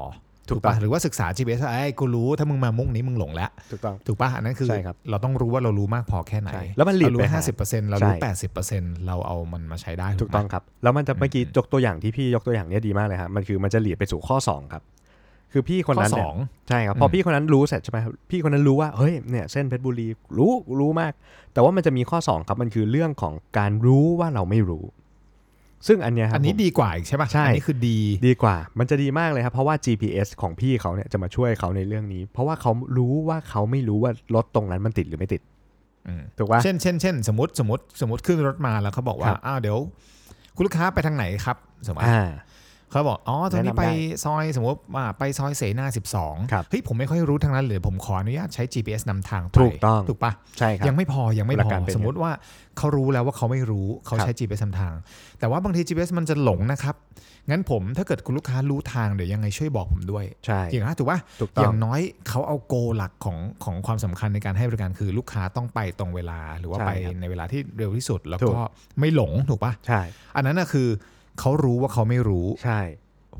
Speaker 2: ถูก
Speaker 1: ปะ
Speaker 2: ต้อง
Speaker 1: หรือว่าศึกษา GPS ว่าไอ้ยกูรู้ถ้ามึงมามุ่งนี้มึงหลงแล้ว
Speaker 2: ถูกต้อง
Speaker 1: ถูกป่ะอันนั้นคือ
Speaker 2: ใช่ครับ
Speaker 1: เราต้องรู้ว่าเรารู้มากพอแค่ไหน
Speaker 2: ใช่แล้วมันหลีด
Speaker 1: เรา
Speaker 2: ไป
Speaker 1: รู้
Speaker 2: หา
Speaker 1: ห้าสิบเปอร์เซ็นต์เรารู้
Speaker 2: ใช่
Speaker 1: แปดสิบเปอร์เซ็นต์เราเอามันมาใช้ได้
Speaker 2: ถูก
Speaker 1: ไหม
Speaker 2: ต้องครับ แล้วมันจะเมื่อกี้ยกตัวอย่างที่พี่ยกตัวอย่างเนี้ยดีมากเลยครับมันคือมันจะหลีดไปสู่ข้อ 2 ครับ คือพี่คนนั้น
Speaker 1: ข้อ
Speaker 2: เนี่
Speaker 1: ส
Speaker 2: ย
Speaker 1: อง
Speaker 2: ใช่ครับพออ
Speaker 1: ม
Speaker 2: พี่คนนั้นรู้เสร็จใช่ไหมครับพี่คนนั้นรู้ว่าเฮ้ยเนี่ยเส้นเพชรบุรีรู้รู้มาก แต่ว่ามันจะมีข้อ 2 ครับมันคือเรื่องของการรู้ว่าเราไม่รู้ ซึ่งอันเนี้ยครับ
Speaker 1: อันนี้
Speaker 2: ผม
Speaker 1: ดีกว่าอีกใช่ป่ะ
Speaker 2: ใช่
Speaker 1: อันี้คือดี
Speaker 2: ดีกว่า มันจะดีมากเลยครับ เพราะว่า GPS ของพี่เขาเนี่ยจะมาช่วยเขาในเรื่องนี้ เพราะว่าเขารู้ว่าเขาไม่รู้ว่ารถตรงนั้นมันติดหรือไม่ติด
Speaker 1: อืม
Speaker 2: ถูกปะ
Speaker 1: เช่นเช่นเช่นสมมติสมมติสมมติขึ้นรถมาแล้วเขาบอกว่า
Speaker 2: ครับ
Speaker 1: อ้าวเดี๋ยว คุณลูกค้าไปทางไหนครับ สมมติ
Speaker 2: อ่า
Speaker 1: เขาบอก อ๋อตรงนี้
Speaker 2: แนะนำได้
Speaker 1: ไปซอยสมมติว่าไปซอยเสนา 12
Speaker 2: ครับ
Speaker 1: เฮ้ยผมไม่ค่อยรู้ทางนั้นเลยผมขออนุญาตใช้ GPS นำทางไป
Speaker 2: ถูกต้อง
Speaker 1: ถูกปะ
Speaker 2: ใช่ครับ
Speaker 1: ยังไม่พอยังไม่
Speaker 2: หลั
Speaker 1: พ
Speaker 2: ก
Speaker 1: อ
Speaker 2: การเป็น
Speaker 1: สมมติว่าเขารู้แล้วว่าเขาไม่รู้เขาใช้ GPS นำทาง แต่ว่าบางที GPS มันจะหลงนะครับ งั้นผมถ้าเกิดคุณลูกค้ารู้ทางเดี๋ยวยังไงช่วยบอกผมด้วย
Speaker 2: ใช่
Speaker 1: อย่างนั้นถูกปะ
Speaker 2: ถูก
Speaker 1: อ
Speaker 2: ต้อง
Speaker 1: ย่างน้อยเขาเอาโกหลักของของความสำคัญในการให้บริการคือลูกค้าต้องไปตรงเวลาหรือว่า
Speaker 2: ใช่
Speaker 1: ไป
Speaker 2: ครับ
Speaker 1: ในเวลาที่เร็วที่สุด แล้ว
Speaker 2: ถู
Speaker 1: ก็
Speaker 2: ก
Speaker 1: ไม่หลงถูกปะ
Speaker 2: ใช่
Speaker 1: อันนั้นนะคือเขารู้ว่าเขาไม่รู้
Speaker 2: ใช่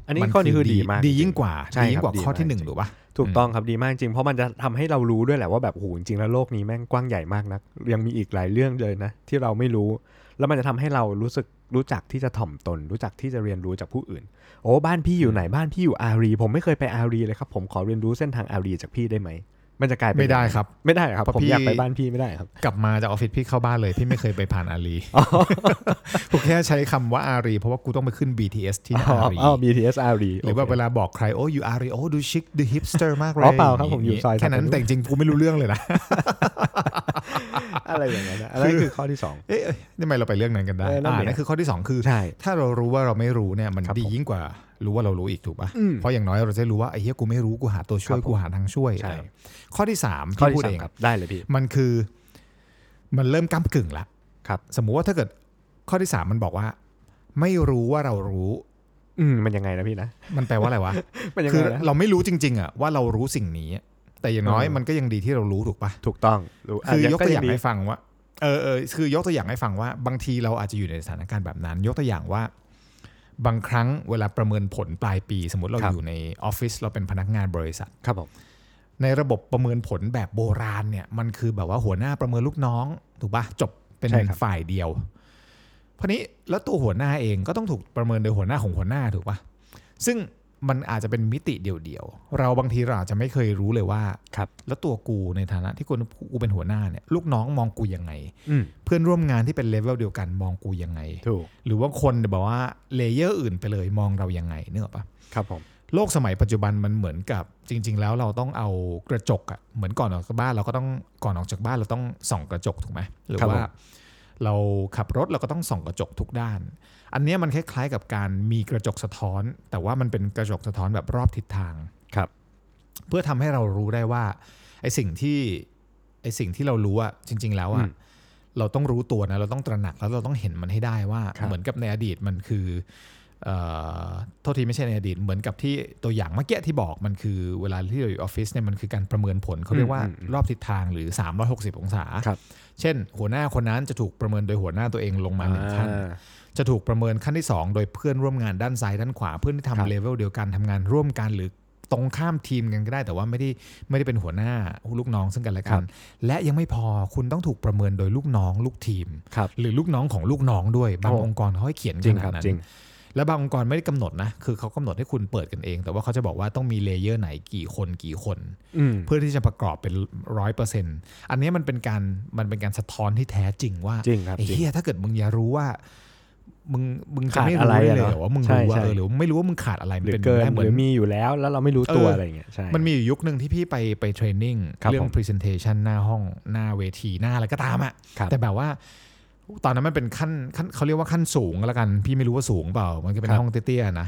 Speaker 2: อันนี้ข้อนี้คือดีมาก
Speaker 1: ดี
Speaker 2: จริ
Speaker 1: ยิ่
Speaker 2: ง
Speaker 1: งกว่า
Speaker 2: ใช่
Speaker 1: ดียิ่งกว่า
Speaker 2: ครับดี
Speaker 1: ข้อที่
Speaker 2: มาก
Speaker 1: หนึ่ง
Speaker 2: จริง
Speaker 1: หรือปะ
Speaker 2: ถูกต้องครับดีมากจริงเพราะมันจะทำให้เรารู้ด้วยแหละว่าแบบโหจริงๆแล้วโลกนี้แม่งกว้างใหญ่มากนะยังมีอีกหลายเรื่องเลยนะที่เราไม่รู้ แล้วมันจะทำให้เรารู้สึกรู้จักที่จะถ่อมตน รู้จักที่จะเรียนรู้จากผู้อื่น โอ้บ้านพี่อยู่ไหนบ้านพี่อยู่อารี ผมไม่เคยไปอารีเลยครับผมขอเรียนรู้เส้นทางอารีจากพี่ได้ไหมมันจะกลายเป็น
Speaker 1: ไม่ได้ครับ
Speaker 2: ไม่ได้ครับ
Speaker 1: เพราะ
Speaker 2: ผม
Speaker 1: พี่
Speaker 2: อยากไปบ้านพี่ไม่ได้ครับ
Speaker 1: กลับมาจากออฟฟิศพี่เข้าบ้านเลยพี่ไม่เคยไปผ่านอารี ผมแค่ใช้คำว่าอารีเพราะว่ากูต้องไปขึ้น BTS ที่
Speaker 2: อ๋อ
Speaker 1: อารี
Speaker 2: อ๋อ BTS อารี
Speaker 1: หรือว่า
Speaker 2: โเค
Speaker 1: เวลาบอกใครโอ้อยู่อารีโอ้ดูชิคดูฮิปสเตอร์มากเลย
Speaker 2: อ๋อเปล่าครับผมอยู่ซอย
Speaker 1: แค่นั้
Speaker 2: สั
Speaker 1: น
Speaker 2: นติสุข
Speaker 1: แต่จริงๆกูไม่รู้เรื่องเลยนะ
Speaker 2: อะไรอย่างเงี้ยนะอันนั้นคือข้อที่สอง
Speaker 1: เอ๊ะเอ๊ะทำไมเราไปเรื่องนั้นกันได้
Speaker 2: เออนั่น
Speaker 1: อ่า
Speaker 2: ดิ
Speaker 1: นั่นคือข้อที่สองคือ
Speaker 2: ใช่
Speaker 1: ถ้าเรารู้ว่าเราไม่รู้เนี่ยมัน
Speaker 2: ครับ
Speaker 1: ดี
Speaker 2: ผม
Speaker 1: ยิ่งกว่ารู้ว่าเรารู้อีกถูกป่ะ
Speaker 2: อืม
Speaker 1: เพราะอย่างน้อยเราจะรู้ว่าไอ้เหี้ยกูไม่รู้กูหาตัวช่ว
Speaker 2: ค
Speaker 1: ย
Speaker 2: รับผม
Speaker 1: กูหาทางช่วย
Speaker 2: ใช่
Speaker 1: อะไรข้อที่สาม
Speaker 2: ข้อ
Speaker 1: ที่
Speaker 2: ที่
Speaker 1: พูด
Speaker 2: สา
Speaker 1: เอ
Speaker 2: ม
Speaker 1: ง
Speaker 2: ครับได้เลยพี่
Speaker 1: มันคือมันเริ่มก้ากึ่งละ
Speaker 2: ครับ
Speaker 1: สมมุติว่าถ้าเกิดข้อที่สามมันบอกว่า ไม่รู้ว่าเรารู้
Speaker 2: อืมมันยังไงนะพี่นะ
Speaker 1: มันแปลว่าอะไรวะ
Speaker 2: มัน ยัง
Speaker 1: คื
Speaker 2: ไง
Speaker 1: อ
Speaker 2: นะ
Speaker 1: เราไม่รู้จริง ๆอะว่าเรารู้สิ่งนี้อะแต่อย่างน้อย
Speaker 2: เออ
Speaker 1: มันก็ยังดีที่เรารู้ถูกป่ะ
Speaker 2: ถูกต้องรู้ะ
Speaker 1: คือยกตัวอย่าง
Speaker 2: ดี
Speaker 1: ให้ฟังว่า เออเออคือยกตัวอย่างให้ฟังว่า บางทีเราอาจจะอยู่ในสถานการณ์แบบนั้น ยกตัวอย่างว่า บางครั้งเวลาประเมินผลปลายปี สมมติเรา
Speaker 2: ครับ
Speaker 1: อยู่ในออฟฟิศเราเป็นพนักงานบริษัท
Speaker 2: ครับผม
Speaker 1: ในระบบประเมินผลแบบโบราณเนี่ยมันคือแบบว่าหัวหน้าประเมินลูกน้องถูกปะจบเป็น
Speaker 2: ใช่ครับ
Speaker 1: ฝ่ายเดียวเพราะนี้แล้วตัวหัวหน้าเองก็ต้องถูกประเมินโดยหัวหน้าของหัวหน้าถูกปะซึ่งมันอาจจะเป็นมิติเดียวๆเราบางทีเราอาจจะไม่เคยรู้เลยว่า
Speaker 2: ครับ
Speaker 1: แล้วตัวกูในฐานะที่กูกูเป็นหัวหน้าเนี่ยลูกน้องมองกูยังไง
Speaker 2: อืม
Speaker 1: เพื่อนร่วมงานที่เป็นเลเวลเดียวกันมองกูยังไง
Speaker 2: ถูก
Speaker 1: หรือว่าคนแบบว่าเลเยอร์อื่นไปเลยมองเรายังไงเนกอะปะ
Speaker 2: ครับผม
Speaker 1: โลกสมัยปัจจุบันมันเหมือนกับจริง ๆ แล้วเราต้องเอากระจกอะเหมือนก่อนออกจากบ้านเราก็ต้องก่อนออกจากบ้านเราต้องส่องกระจกถูกไหมหรือว่า เราขับรถเราก็ต้องส่องกระจกทุกด้าน อันเนี้ยมันคล้ายๆกับการมีกระจกสะท้อน แต่ว่ามันเป็นกระจกสะท้อนแบบรอบทิศทาง
Speaker 2: ครับ
Speaker 1: เพื่อทำให้เรารู้ได้ว่าไอ้สิ่งที่ไอ้สิ่งที่เรารู้อะจริง ๆ แล้วอะเราต้องรู้ตัวนะเราต้องตระหนักแล้วเราต้องเห็นมันให้ได้ว่า
Speaker 2: ครับ
Speaker 1: เหมือนกับในอดีตมันคือเอ่อโทษทีไม่ใช่ในอดีต เหมือนกับที่ตัวอย่างเมื่อกี้ที่บอกมันคือเวลาที่เราอยู่ออฟฟิศเนี่ยมันคือการประเมินผลเขาเรียกว่า
Speaker 2: อืมอืมอืม
Speaker 1: รอบทิศทางหรือ 360 องศา
Speaker 2: ครับ
Speaker 1: เช่น หัวหน้าคนนั้นจะถูกประเมินโดยหัวหน้าตัวเองลงมาหนึ่งขั้น
Speaker 2: อ่า
Speaker 1: จะถูกประเมินขั้นที่ 2 โดยเพื่อนร่วมงานด้านซ้ายด้านขวา เพื่อนที่
Speaker 2: ครับ
Speaker 1: ทำเลเวลเดียวกันทำงานร่วมกันหรือตรงข้ามทีมกันก็ได้ แต่ว่าไม่ได้ไม่ได้เป็นหัวหน้าลูกน้องซึ่งกันและ
Speaker 2: ค
Speaker 1: กั
Speaker 2: รั
Speaker 1: น
Speaker 2: บ
Speaker 1: และยังไม่พอคุณต้องถูกประเมินโดยลูกน้องลูกทีม
Speaker 2: ครับ
Speaker 1: หรือลูกน้องของลูกน้องด้วยบาง
Speaker 2: โอ้
Speaker 1: องค์กรเขาให้เขียน
Speaker 2: จ
Speaker 1: ข
Speaker 2: ริง
Speaker 1: นาด
Speaker 2: ครับ
Speaker 1: นั้
Speaker 2: จริง
Speaker 1: นและบางองค์กรไม่ได้กำหนดนะคือเขากำหนดให้คุณเปิดกันเอง แต่ว่าเขาจะบอกว่าต้องมีเลเยอร์ไหนกี่คนกี่คน
Speaker 2: อืม
Speaker 1: เพื่อที่จะประกอบเป็นร้อยเปอร์เซ็นต์อันเนี้ยมันเป็นการมันเป็นการสะท้อนที่แท้จริงว่า
Speaker 2: จริงครับ
Speaker 1: ไอ้
Speaker 2: จริง
Speaker 1: เฮียถ้าเกิดมึงอยากรู้ว่า มึงมึงจะ
Speaker 2: ขาด
Speaker 1: ไม่
Speaker 2: อะไร
Speaker 1: รู้ได้
Speaker 2: อะ
Speaker 1: เลย
Speaker 2: เนอะ
Speaker 1: เหรอว่ามึง
Speaker 2: ใช่
Speaker 1: รู้ว่า
Speaker 2: ใช่
Speaker 1: เออหรือไม่รู้ว่ามึงขาดอะไร
Speaker 2: ห
Speaker 1: มั
Speaker 2: รื
Speaker 1: น
Speaker 2: อ
Speaker 1: เป็น
Speaker 2: เกิน
Speaker 1: ได้เห
Speaker 2: ห
Speaker 1: มือ
Speaker 2: รื
Speaker 1: น
Speaker 2: อมีอยู่แล้ว แล้วเราไม่รู้ตัว
Speaker 1: เอออ
Speaker 2: อะไรอย่างเงี้ยใช่
Speaker 1: มันมีอยู่ยุคหนึ่งที่พี่ไปไปเทรนนิ่ง
Speaker 2: ครับ
Speaker 1: เรื่อ
Speaker 2: ผ
Speaker 1: ง
Speaker 2: ม
Speaker 1: presentation หน้าห้องหน้าเวทีหน้าอะไรก็ตามอะ
Speaker 2: ครับ
Speaker 1: แต่แบบว่า ตอนนั้นมันเป็นขั้นขั้นเขาเรียกว่าขั้นสูงก็แล้วกัน พี่ไม่รู้ว่าสูงเปล่า มันก็เป็น
Speaker 2: ครับ
Speaker 1: ห้องเตี้ยๆนะ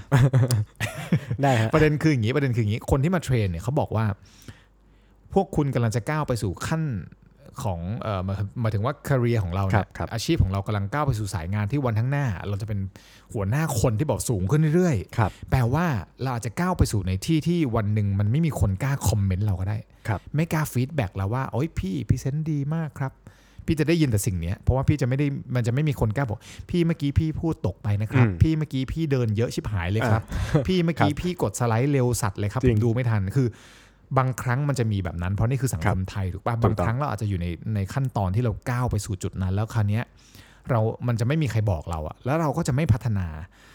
Speaker 2: ได้ฮะ
Speaker 1: ประเด็นคืออย่างนี้ประเด็นคืออย่างนี้คนที่มาเทรนเนี่ยเขาบอกว่า พวกคุณกำลังจะก้าวไปสู่ขั้นของเอ่อหมายหมายถึงว่าคาเรียของเรา
Speaker 2: ครั
Speaker 1: เนี่ย
Speaker 2: บครับ
Speaker 1: อาชีพของเรากำลังก้าวไปสู่สายงานที่วันข้างหน้า เราจะเป็นหัวหน้าคนที่แบอกสูงขึ้นเรื่อย
Speaker 2: ครับ
Speaker 1: ๆ แปลว่าเราอาจจะก้าวไปสู่ในที่ที่วันหนึ่งมันไม่มีคนกล้าคอมเมนต์เราก็ได้
Speaker 2: ครับ
Speaker 1: ไม่กล้าฟีดแบ็กเราว่าโอ้ยพี่พรีเซนต์ดีมากครับ พี่จะได้ยินแต่สิ่งเนี้ยเพราะว่าพี่จะไม่ได้มันจะไม่มีคนกล้าบอก พี่เมื่อกี้พี่พูดตกไปนะครับ
Speaker 2: อืม
Speaker 1: พี่เมื่อกี้พี่เดินเยอะชิบหายเลยครับ พี่เมื่อกี้พี่กดสไลด์เร็วสัตว์เลยครับ
Speaker 2: จริ
Speaker 1: ผ
Speaker 2: ง
Speaker 1: มดูไม่ทันคือบางครั้งมันจะมีแบบนั้น เพราะนี่คือสัง
Speaker 2: ครั
Speaker 1: ค
Speaker 2: บ
Speaker 1: มไทยถูกป่ะ
Speaker 2: ถูกต้อง
Speaker 1: บางครั้งเราอาจจะอยู่ในในขั้นตอนที่เราก้าวไปสู่จุดนั้น แล้วคราวเนี้ยเรา มันจะไม่มีใครบอกเราอะแล้วเราก็จะไม่พัฒนา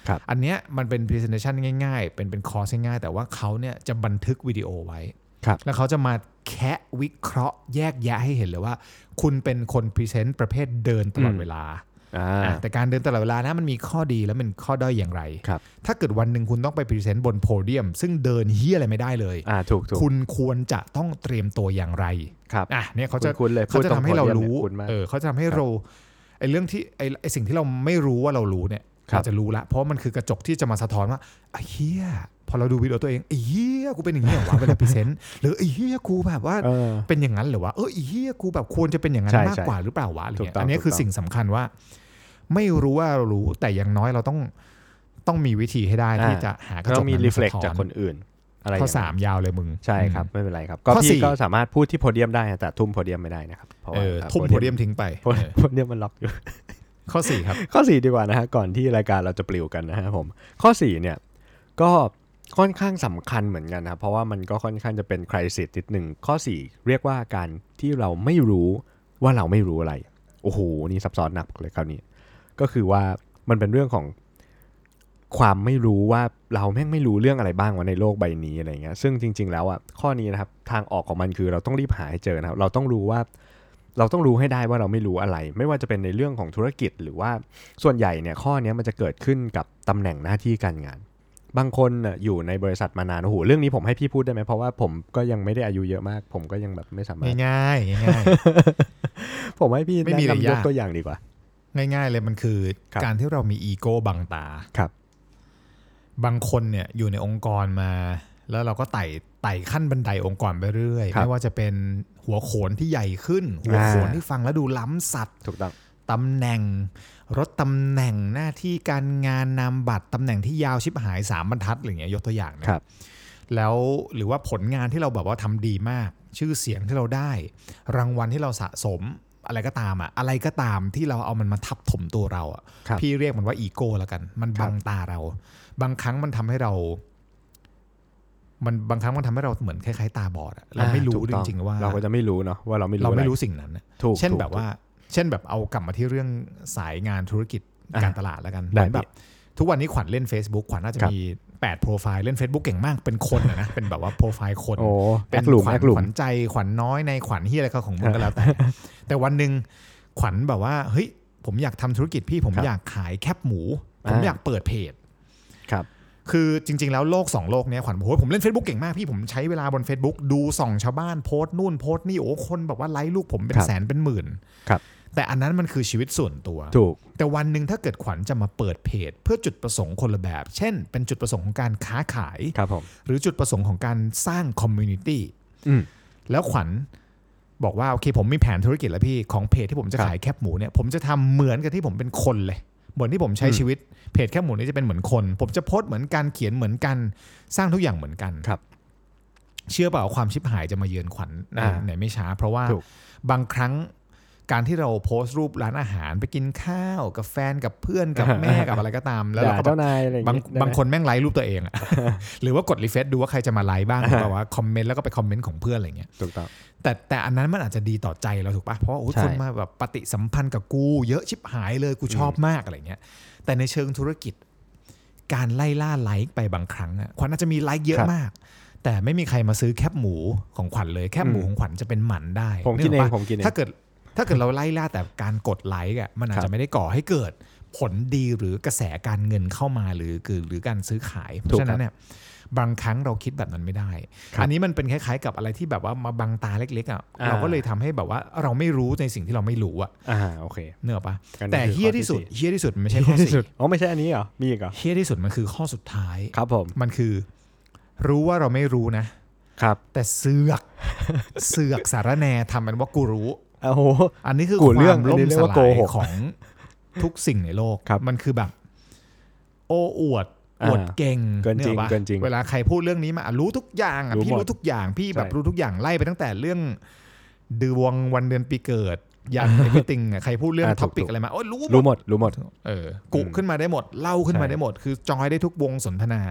Speaker 2: ครับ
Speaker 1: อันเนี้ยมันเป็น presentation ง่าย ๆ เป็นเป็นคอร์สง่ายๆ แต่ว่าเขาเนี่ยจะบันทึกวิดีโอไว้
Speaker 2: ครับ
Speaker 1: แล้วเขาจะมาแคะวิเคราะห์แยกแยะให้เห็นเลยว่า คุณเป็นคนพรีเซนต์ประเภทเดินตลอดเวลา
Speaker 2: อ่า
Speaker 1: อ่ะแต่การเดินตลอดเวลานะมันมีข้อดีแล้วมันข้อด้อยอย่างไร
Speaker 2: ครับ
Speaker 1: ถ้าเกิดวันหนึ่งคุณต้องไปพรีเซนต์บนโพเดียม ซึ่งเดินเฮียอะไรไม่ได้เลย
Speaker 2: อ่าถูกถูก
Speaker 1: คุณควรจะต้องเตรียมตัวอย่างไร
Speaker 2: ครับ
Speaker 1: อ่ะเนี่ยเขาจะ
Speaker 2: คุ้นๆเลย
Speaker 1: เขาจะทำให้เรา
Speaker 2: พูดตรง
Speaker 1: รู้
Speaker 2: โพเดียมเนี่ยคุ้นมาก
Speaker 1: เออเขาจะทำให้เราไอ้เรื่องที่ไอ้ไอ้สิ่งที่เราไม่รู้ว่าเรารู้เนี่ย
Speaker 2: ครับ
Speaker 1: เราจะรู้ละเพราะมันคือกระจกที่จะมาสะท้อนว่าไอ้เฮียพอเราดูวิดีโอตัวเองไอ้เฮียกูเป็นอย่างนี้เหรอวะเวลาพรีเซนต์หรือไอ้เฮียกูแบบว่า
Speaker 2: เออ
Speaker 1: เป็นอย่างนั้นเหรือวะเออไอ้เฮียกูแบบควรจะเป็นอย่างนั้
Speaker 2: ใช่
Speaker 1: นมาก
Speaker 2: ใช่
Speaker 1: กว่าหรือเปล่าวะอะไร
Speaker 2: ถูก
Speaker 1: เงี้ย
Speaker 2: ต้อง
Speaker 1: อันนี้คือ
Speaker 2: ถูกต้อง
Speaker 1: สิ่งสำคัญว่า ไม่รู้ว่าเรารู้แต่อย่างน้อยเราต้องต้องมีวิธีให้ได้ที่จะหากระจ
Speaker 2: ต้อก งมี
Speaker 1: นั้น
Speaker 2: รี
Speaker 1: มา
Speaker 2: เฟล็ก
Speaker 1: สะท้อน
Speaker 2: จากคนอื่น อะไรอย่ง
Speaker 1: ข้อ
Speaker 2: นั้น
Speaker 1: สามยาวเลยมึง
Speaker 2: ใช่ครับไม่เป็นไรครับ ก็
Speaker 1: ข้อสี่
Speaker 2: พี่ก็สามารถพูดที่โพเดียมได้ฮะแต่ทุ่มโพเดียมไม่ได้นะครับเพราะ
Speaker 1: เอ
Speaker 2: ว่า
Speaker 1: อ
Speaker 2: อ่า
Speaker 1: ทุ่มโพเดียมทิ้งไป
Speaker 2: โพเดี
Speaker 1: เอย
Speaker 2: ม
Speaker 1: อ
Speaker 2: โพเดียมมันล็อกอยู่
Speaker 1: ข้อสี่ครับ
Speaker 2: ข้อ 4 ดีกว่านะฮะก่อนที่รายการเราจะปลิวกันนะฮะผมข้อ 4 เนี่ยก็ค่อนข้างสำคัญเหมือนกันนะครับเพราะว่ามันก็ค่อนข้างจะเป็นคริสิตนิดหนึ่งข้อ 4 เรียกว่าการที่เราไม่รู้ว่าเราไม่รู้อะไร โอ้โห นี่ซับซ้อนหนักเลยคราวนี้ ก็คือว่ามันเป็นเรื่องของความไม่รู้ว่าเราแม่งไม่รู้เรื่องอะไรบ้างวะในโลกใบนี้อะไรเงี้ยซึ่งจริง ๆ แล้วอ่ะข้อนี้นะครับทางออกของมันคือเราต้องรีบหาให้เจอนะครับเราต้องรู้ว่า เราต้องรู้ให้ได้ว่าเราไม่รู้อะไร ไม่ว่าจะเป็นในเรื่องของธุรกิจหรือว่า ส่วนใหญ่เนี่ยข้อเนี้ยมันจะเกิดขึ้นกับตำแหน่งหน้าที่การงาน บางคนน่ะอยู่ในบริษัทมานานโอ้โหเรื่องนี้ผมให้พี่พูดได้ไหมเพราะว่าผมก็ยังไม่ได้อายุเยอะมาก ผมก็ยังแบบไม่สามารถ
Speaker 1: ง่ายๆง่าย
Speaker 2: ผมให้พี่
Speaker 1: ไม่มี
Speaker 2: แนะ
Speaker 1: อะไร
Speaker 2: นำยก
Speaker 1: ยาก
Speaker 2: ตัวอย่างดีกว่า
Speaker 1: ๆง่ายๆเลยมันคือ
Speaker 2: ครับ
Speaker 1: การที่เรามีอีโก้บังตา
Speaker 2: ครับ
Speaker 1: บางคนเนี่ยอยู่ในองค์กรมา แล้วเราก็ไต่ไต่ขั้นบันไดองค์กรไปเรื่อย
Speaker 2: ครับ
Speaker 1: ไม่ว่าจะเป็นหัวโขนที่ใหญ่ขึ้น หัวโขน
Speaker 2: อ่า
Speaker 1: ที่ฟังแล้วดูล้ำสัตว
Speaker 2: ถูกต้อง
Speaker 1: ตำแหน่งรถตำแหน่งหน้าที่การงานนามบัตรตำแหน่งที่ยาวชิบหายสามบรรทัดอะไรอย่างเงี้ยยกตัวอย่างนะครับ แล้วหรือว่าผลงานที่เราแบบว่าทำดีมาก ชื่อเสียงที่เราได้ รางวัลที่เราสะสมอะไรก็ตามอะอะไรก็ตามที่เราเอามันมาทับถมตัวเราอะ
Speaker 2: ครับ
Speaker 1: พี่เรียกมันว่าอีโก้แล้วกัน มันบังตาเรา บางครั้งมันทำให้เรา มันบางครั้งมันทำให้เราเหมือนคล้ายๆตาบอดอะเราไม่รู้
Speaker 2: อ่ถูก
Speaker 1: จ
Speaker 2: ต้อง
Speaker 1: ริงๆว่า
Speaker 2: เราก็จะไม่รู้เนาะว่าเราไม่รู้
Speaker 1: เราไม่
Speaker 2: อะ
Speaker 1: รู้สิ่งนั้นอะ
Speaker 2: ถูก
Speaker 1: เช่น
Speaker 2: ถูก
Speaker 1: แบบว่า เช่นแบบเอากลับมาที่เรื่องสายงานธุรกิจ
Speaker 2: อ่ะ
Speaker 1: การตลาดแล้วกัน
Speaker 2: ได้
Speaker 1: เหมือนแบบทุกวันนี้ขวัญเล่น Facebook ขวัญน่าจะ
Speaker 2: ครับ
Speaker 1: มี 8 โปรไฟล์เล่น Facebook เก่งมากเป็นคนอะนะ เป็นแบบว่าโปรไฟล์คน
Speaker 2: โอ้แอ
Speaker 1: เป็น
Speaker 2: คหลุม
Speaker 1: ขวั
Speaker 2: แอ
Speaker 1: ญ
Speaker 2: คหลุ
Speaker 1: ข
Speaker 2: ม
Speaker 1: วัญใจขวัญน้อยในขวัญที่อะไรก็ของมึงก็แล้ว แต่ แต่วันหนึ่งขวัญแบบว่าเฮ้ยผมอยากทำธุรกิจพี่ผม
Speaker 2: ครับ
Speaker 1: อยากขายแคบหมู ผม
Speaker 2: อ่า
Speaker 1: อยากเปิดเพจ
Speaker 2: ครับ
Speaker 1: คือจริง ๆ แล้วโลก 2 โลกเนี้ยขวัญบอกว่าผมเล่น Facebook เก่งมากพี่ผมใช้เวลาบน Facebook ดูส่องชาวบ้านโพสต์นู่นโพสต์นี่โอ้คนแบบว่าไลค์ลูกผมเป็น
Speaker 2: ครับ
Speaker 1: แสนเป็นหมื่น
Speaker 2: ครับ
Speaker 1: แต่อันนั้นมันคือชีวิตส่วนตัว
Speaker 2: ถูก
Speaker 1: แต่วันหนึ่งถ้าเกิดขวัญจะมาเปิดเพจ เพื่อจุดประสงค์คนละแบบ เช่น เป็นจุดประสงค์ของการค้าขาย
Speaker 2: ครับผม
Speaker 1: หรือจุดประสงค์ของการสร้างคอมมูนิตี้
Speaker 2: อืม
Speaker 1: แล้วขวัญบอกว่าโอเคผมมีแผนธุรกิจแล้วพี่ของเพจที่ผมจะ
Speaker 2: ครับ
Speaker 1: ขายแคบหมูเนี่ยผมจะทำเหมือนกับที่ผมเป็นคนเลยเหมือนที่ผมใช้
Speaker 2: อืม
Speaker 1: ชีวิตเพจแคบหมูนี่จะเป็นเหมือนคน ผมจะโพสต์เหมือนกันเขียนเหมือนกันสร้างทุกอย่างเหมือนกัน
Speaker 2: ครับ
Speaker 1: เชื่อเปล่าว่าความชิบหายจะมาเยือนขวัญใน
Speaker 2: อ่า
Speaker 1: ในไม่ช้า เพราะว่า
Speaker 2: ถูก
Speaker 1: บางครั้งการที่เราโพสต์รูปร้านอาหารไปกินข้าว กับแฟนกับเพื่อน กับแม่กับอะไรก็ตาม แล้วเรา
Speaker 2: ด่า
Speaker 1: ก็แบบ
Speaker 2: เจ้านายอะไรอย่
Speaker 1: บาง
Speaker 2: เงี้ยได้ไหม
Speaker 1: บางคนแม่งไลค์รูปตัวเอง อะ หรือว่ากดรีเฟซดูว่าใครจะมาไลค์บ้างหรือแบบว่าคอมเมนต์แล้วก็ไปคอมเมนต์ของเพื่อนอะไรเงี้ย
Speaker 2: ถูกต้อง
Speaker 1: แต่แต่อันนั้นมันอาจจะดีต่อใจเราถูกปะเพราะว่าโอ้ย
Speaker 2: ใช่
Speaker 1: คนมาแบบปฏิสัมพันธ์กับกู เยอะชิบหายเลยกูชอบมากอะไรเงี้ย แต่ในเชิงธุรกิจ การไล่ล่าไลค์ไปบางครั้งอะขวัญอาจจะมีไลค์เย
Speaker 2: ครั
Speaker 1: อะ
Speaker 2: บ
Speaker 1: มาก แต่ไม่มีใครมาซื้อแคบหมูของขวัญเลยแคบหมู
Speaker 2: อืม
Speaker 1: ของขวัญจะเป็นหมันได้
Speaker 2: ผมกินเอง
Speaker 1: กปะ
Speaker 2: ผมกินเอง
Speaker 1: ถ้าเกิดถ้าเกิดเราไล่ล่าแต่การกดไลค์อ่ะมันอาจ
Speaker 2: ครับ
Speaker 1: จะไม่ได้ก่อให้เกิดผ ผลดีหรือกระแสการเงินเข้ามาหรือคือหรือการซื้อขาย เพ
Speaker 2: ถูกค
Speaker 1: ราะ
Speaker 2: รับ
Speaker 1: ฉะนั้นเนี่ยบางครั้งเราคิดแบบนั้นไม่ได้
Speaker 2: ครับ
Speaker 1: อันนี้มันเป็นคล้ายๆกับอะไรที่แบบว่ามาบังตาเล็กๆอ่ะ
Speaker 2: อ่า
Speaker 1: เราก็เลยทำให้แบบว่าเราไม่รู้ในสิ่งที่เราไม่รู้อ่ะ
Speaker 2: อ่าโอเค
Speaker 1: เนกอะปะ
Speaker 2: อันนี้
Speaker 1: แต่
Speaker 2: คือ
Speaker 1: เฮี้ย
Speaker 2: ข้อที่
Speaker 1: ที่สุด
Speaker 2: สี่
Speaker 1: เฮี้ยที่สุดมันไม่ใช่ข้อ
Speaker 2: ที่สุ
Speaker 1: สี่
Speaker 2: ดอ๋อไม่ใช่อันนี้เหรอมีอีกเหรอ
Speaker 1: เฮี้ยที่สุดมันคือข้อสุดท้าย
Speaker 2: ครับผม
Speaker 1: มันคือ รู้ว่าเราไม่รู้นะ
Speaker 2: ครับ
Speaker 1: แต่เสือก เสือกสารแหนทำเป็นว่ากูรู้
Speaker 2: โอ้โห
Speaker 1: อันนี้คือ
Speaker 2: กู
Speaker 1: ความ
Speaker 2: เรื่อง
Speaker 1: ล่
Speaker 2: อันนี้
Speaker 1: ม
Speaker 2: เรีย
Speaker 1: ส
Speaker 2: กว่า
Speaker 1: ลา
Speaker 2: โก
Speaker 1: ย
Speaker 2: หก
Speaker 1: ของทุกสิ่งในโลก
Speaker 2: ครับ
Speaker 1: มันคือแบบ โอ้อวดอ
Speaker 2: อ่าว
Speaker 1: ดเก่ง
Speaker 2: เกินจริง
Speaker 1: ยปะ
Speaker 2: เกินจริง
Speaker 1: เวลาใครพูดเรื่องนี้มาอ่ะรู้ทุกอย่างอ่ะ
Speaker 2: รู้
Speaker 1: พี่
Speaker 2: หมด
Speaker 1: รู้ทุกอย่างพี่แบบ
Speaker 2: ใช่
Speaker 1: รู้ทุกอย่างไล่ไปตั้งแต่เรื่องดวงวันเดือนปีเกิด ยั น e v e r y t h i n g อ่ะใครพูดเรื่องท็อปิกอะไรมาโอ้ยรู้หม
Speaker 2: รู้
Speaker 1: ด
Speaker 2: หมดรู้หมด
Speaker 1: เออกุขึ้นมาได้หมดเล่าขึ้นมา
Speaker 2: ใช่
Speaker 1: ได้หมด คือจอยได้ทุกวงสนทนา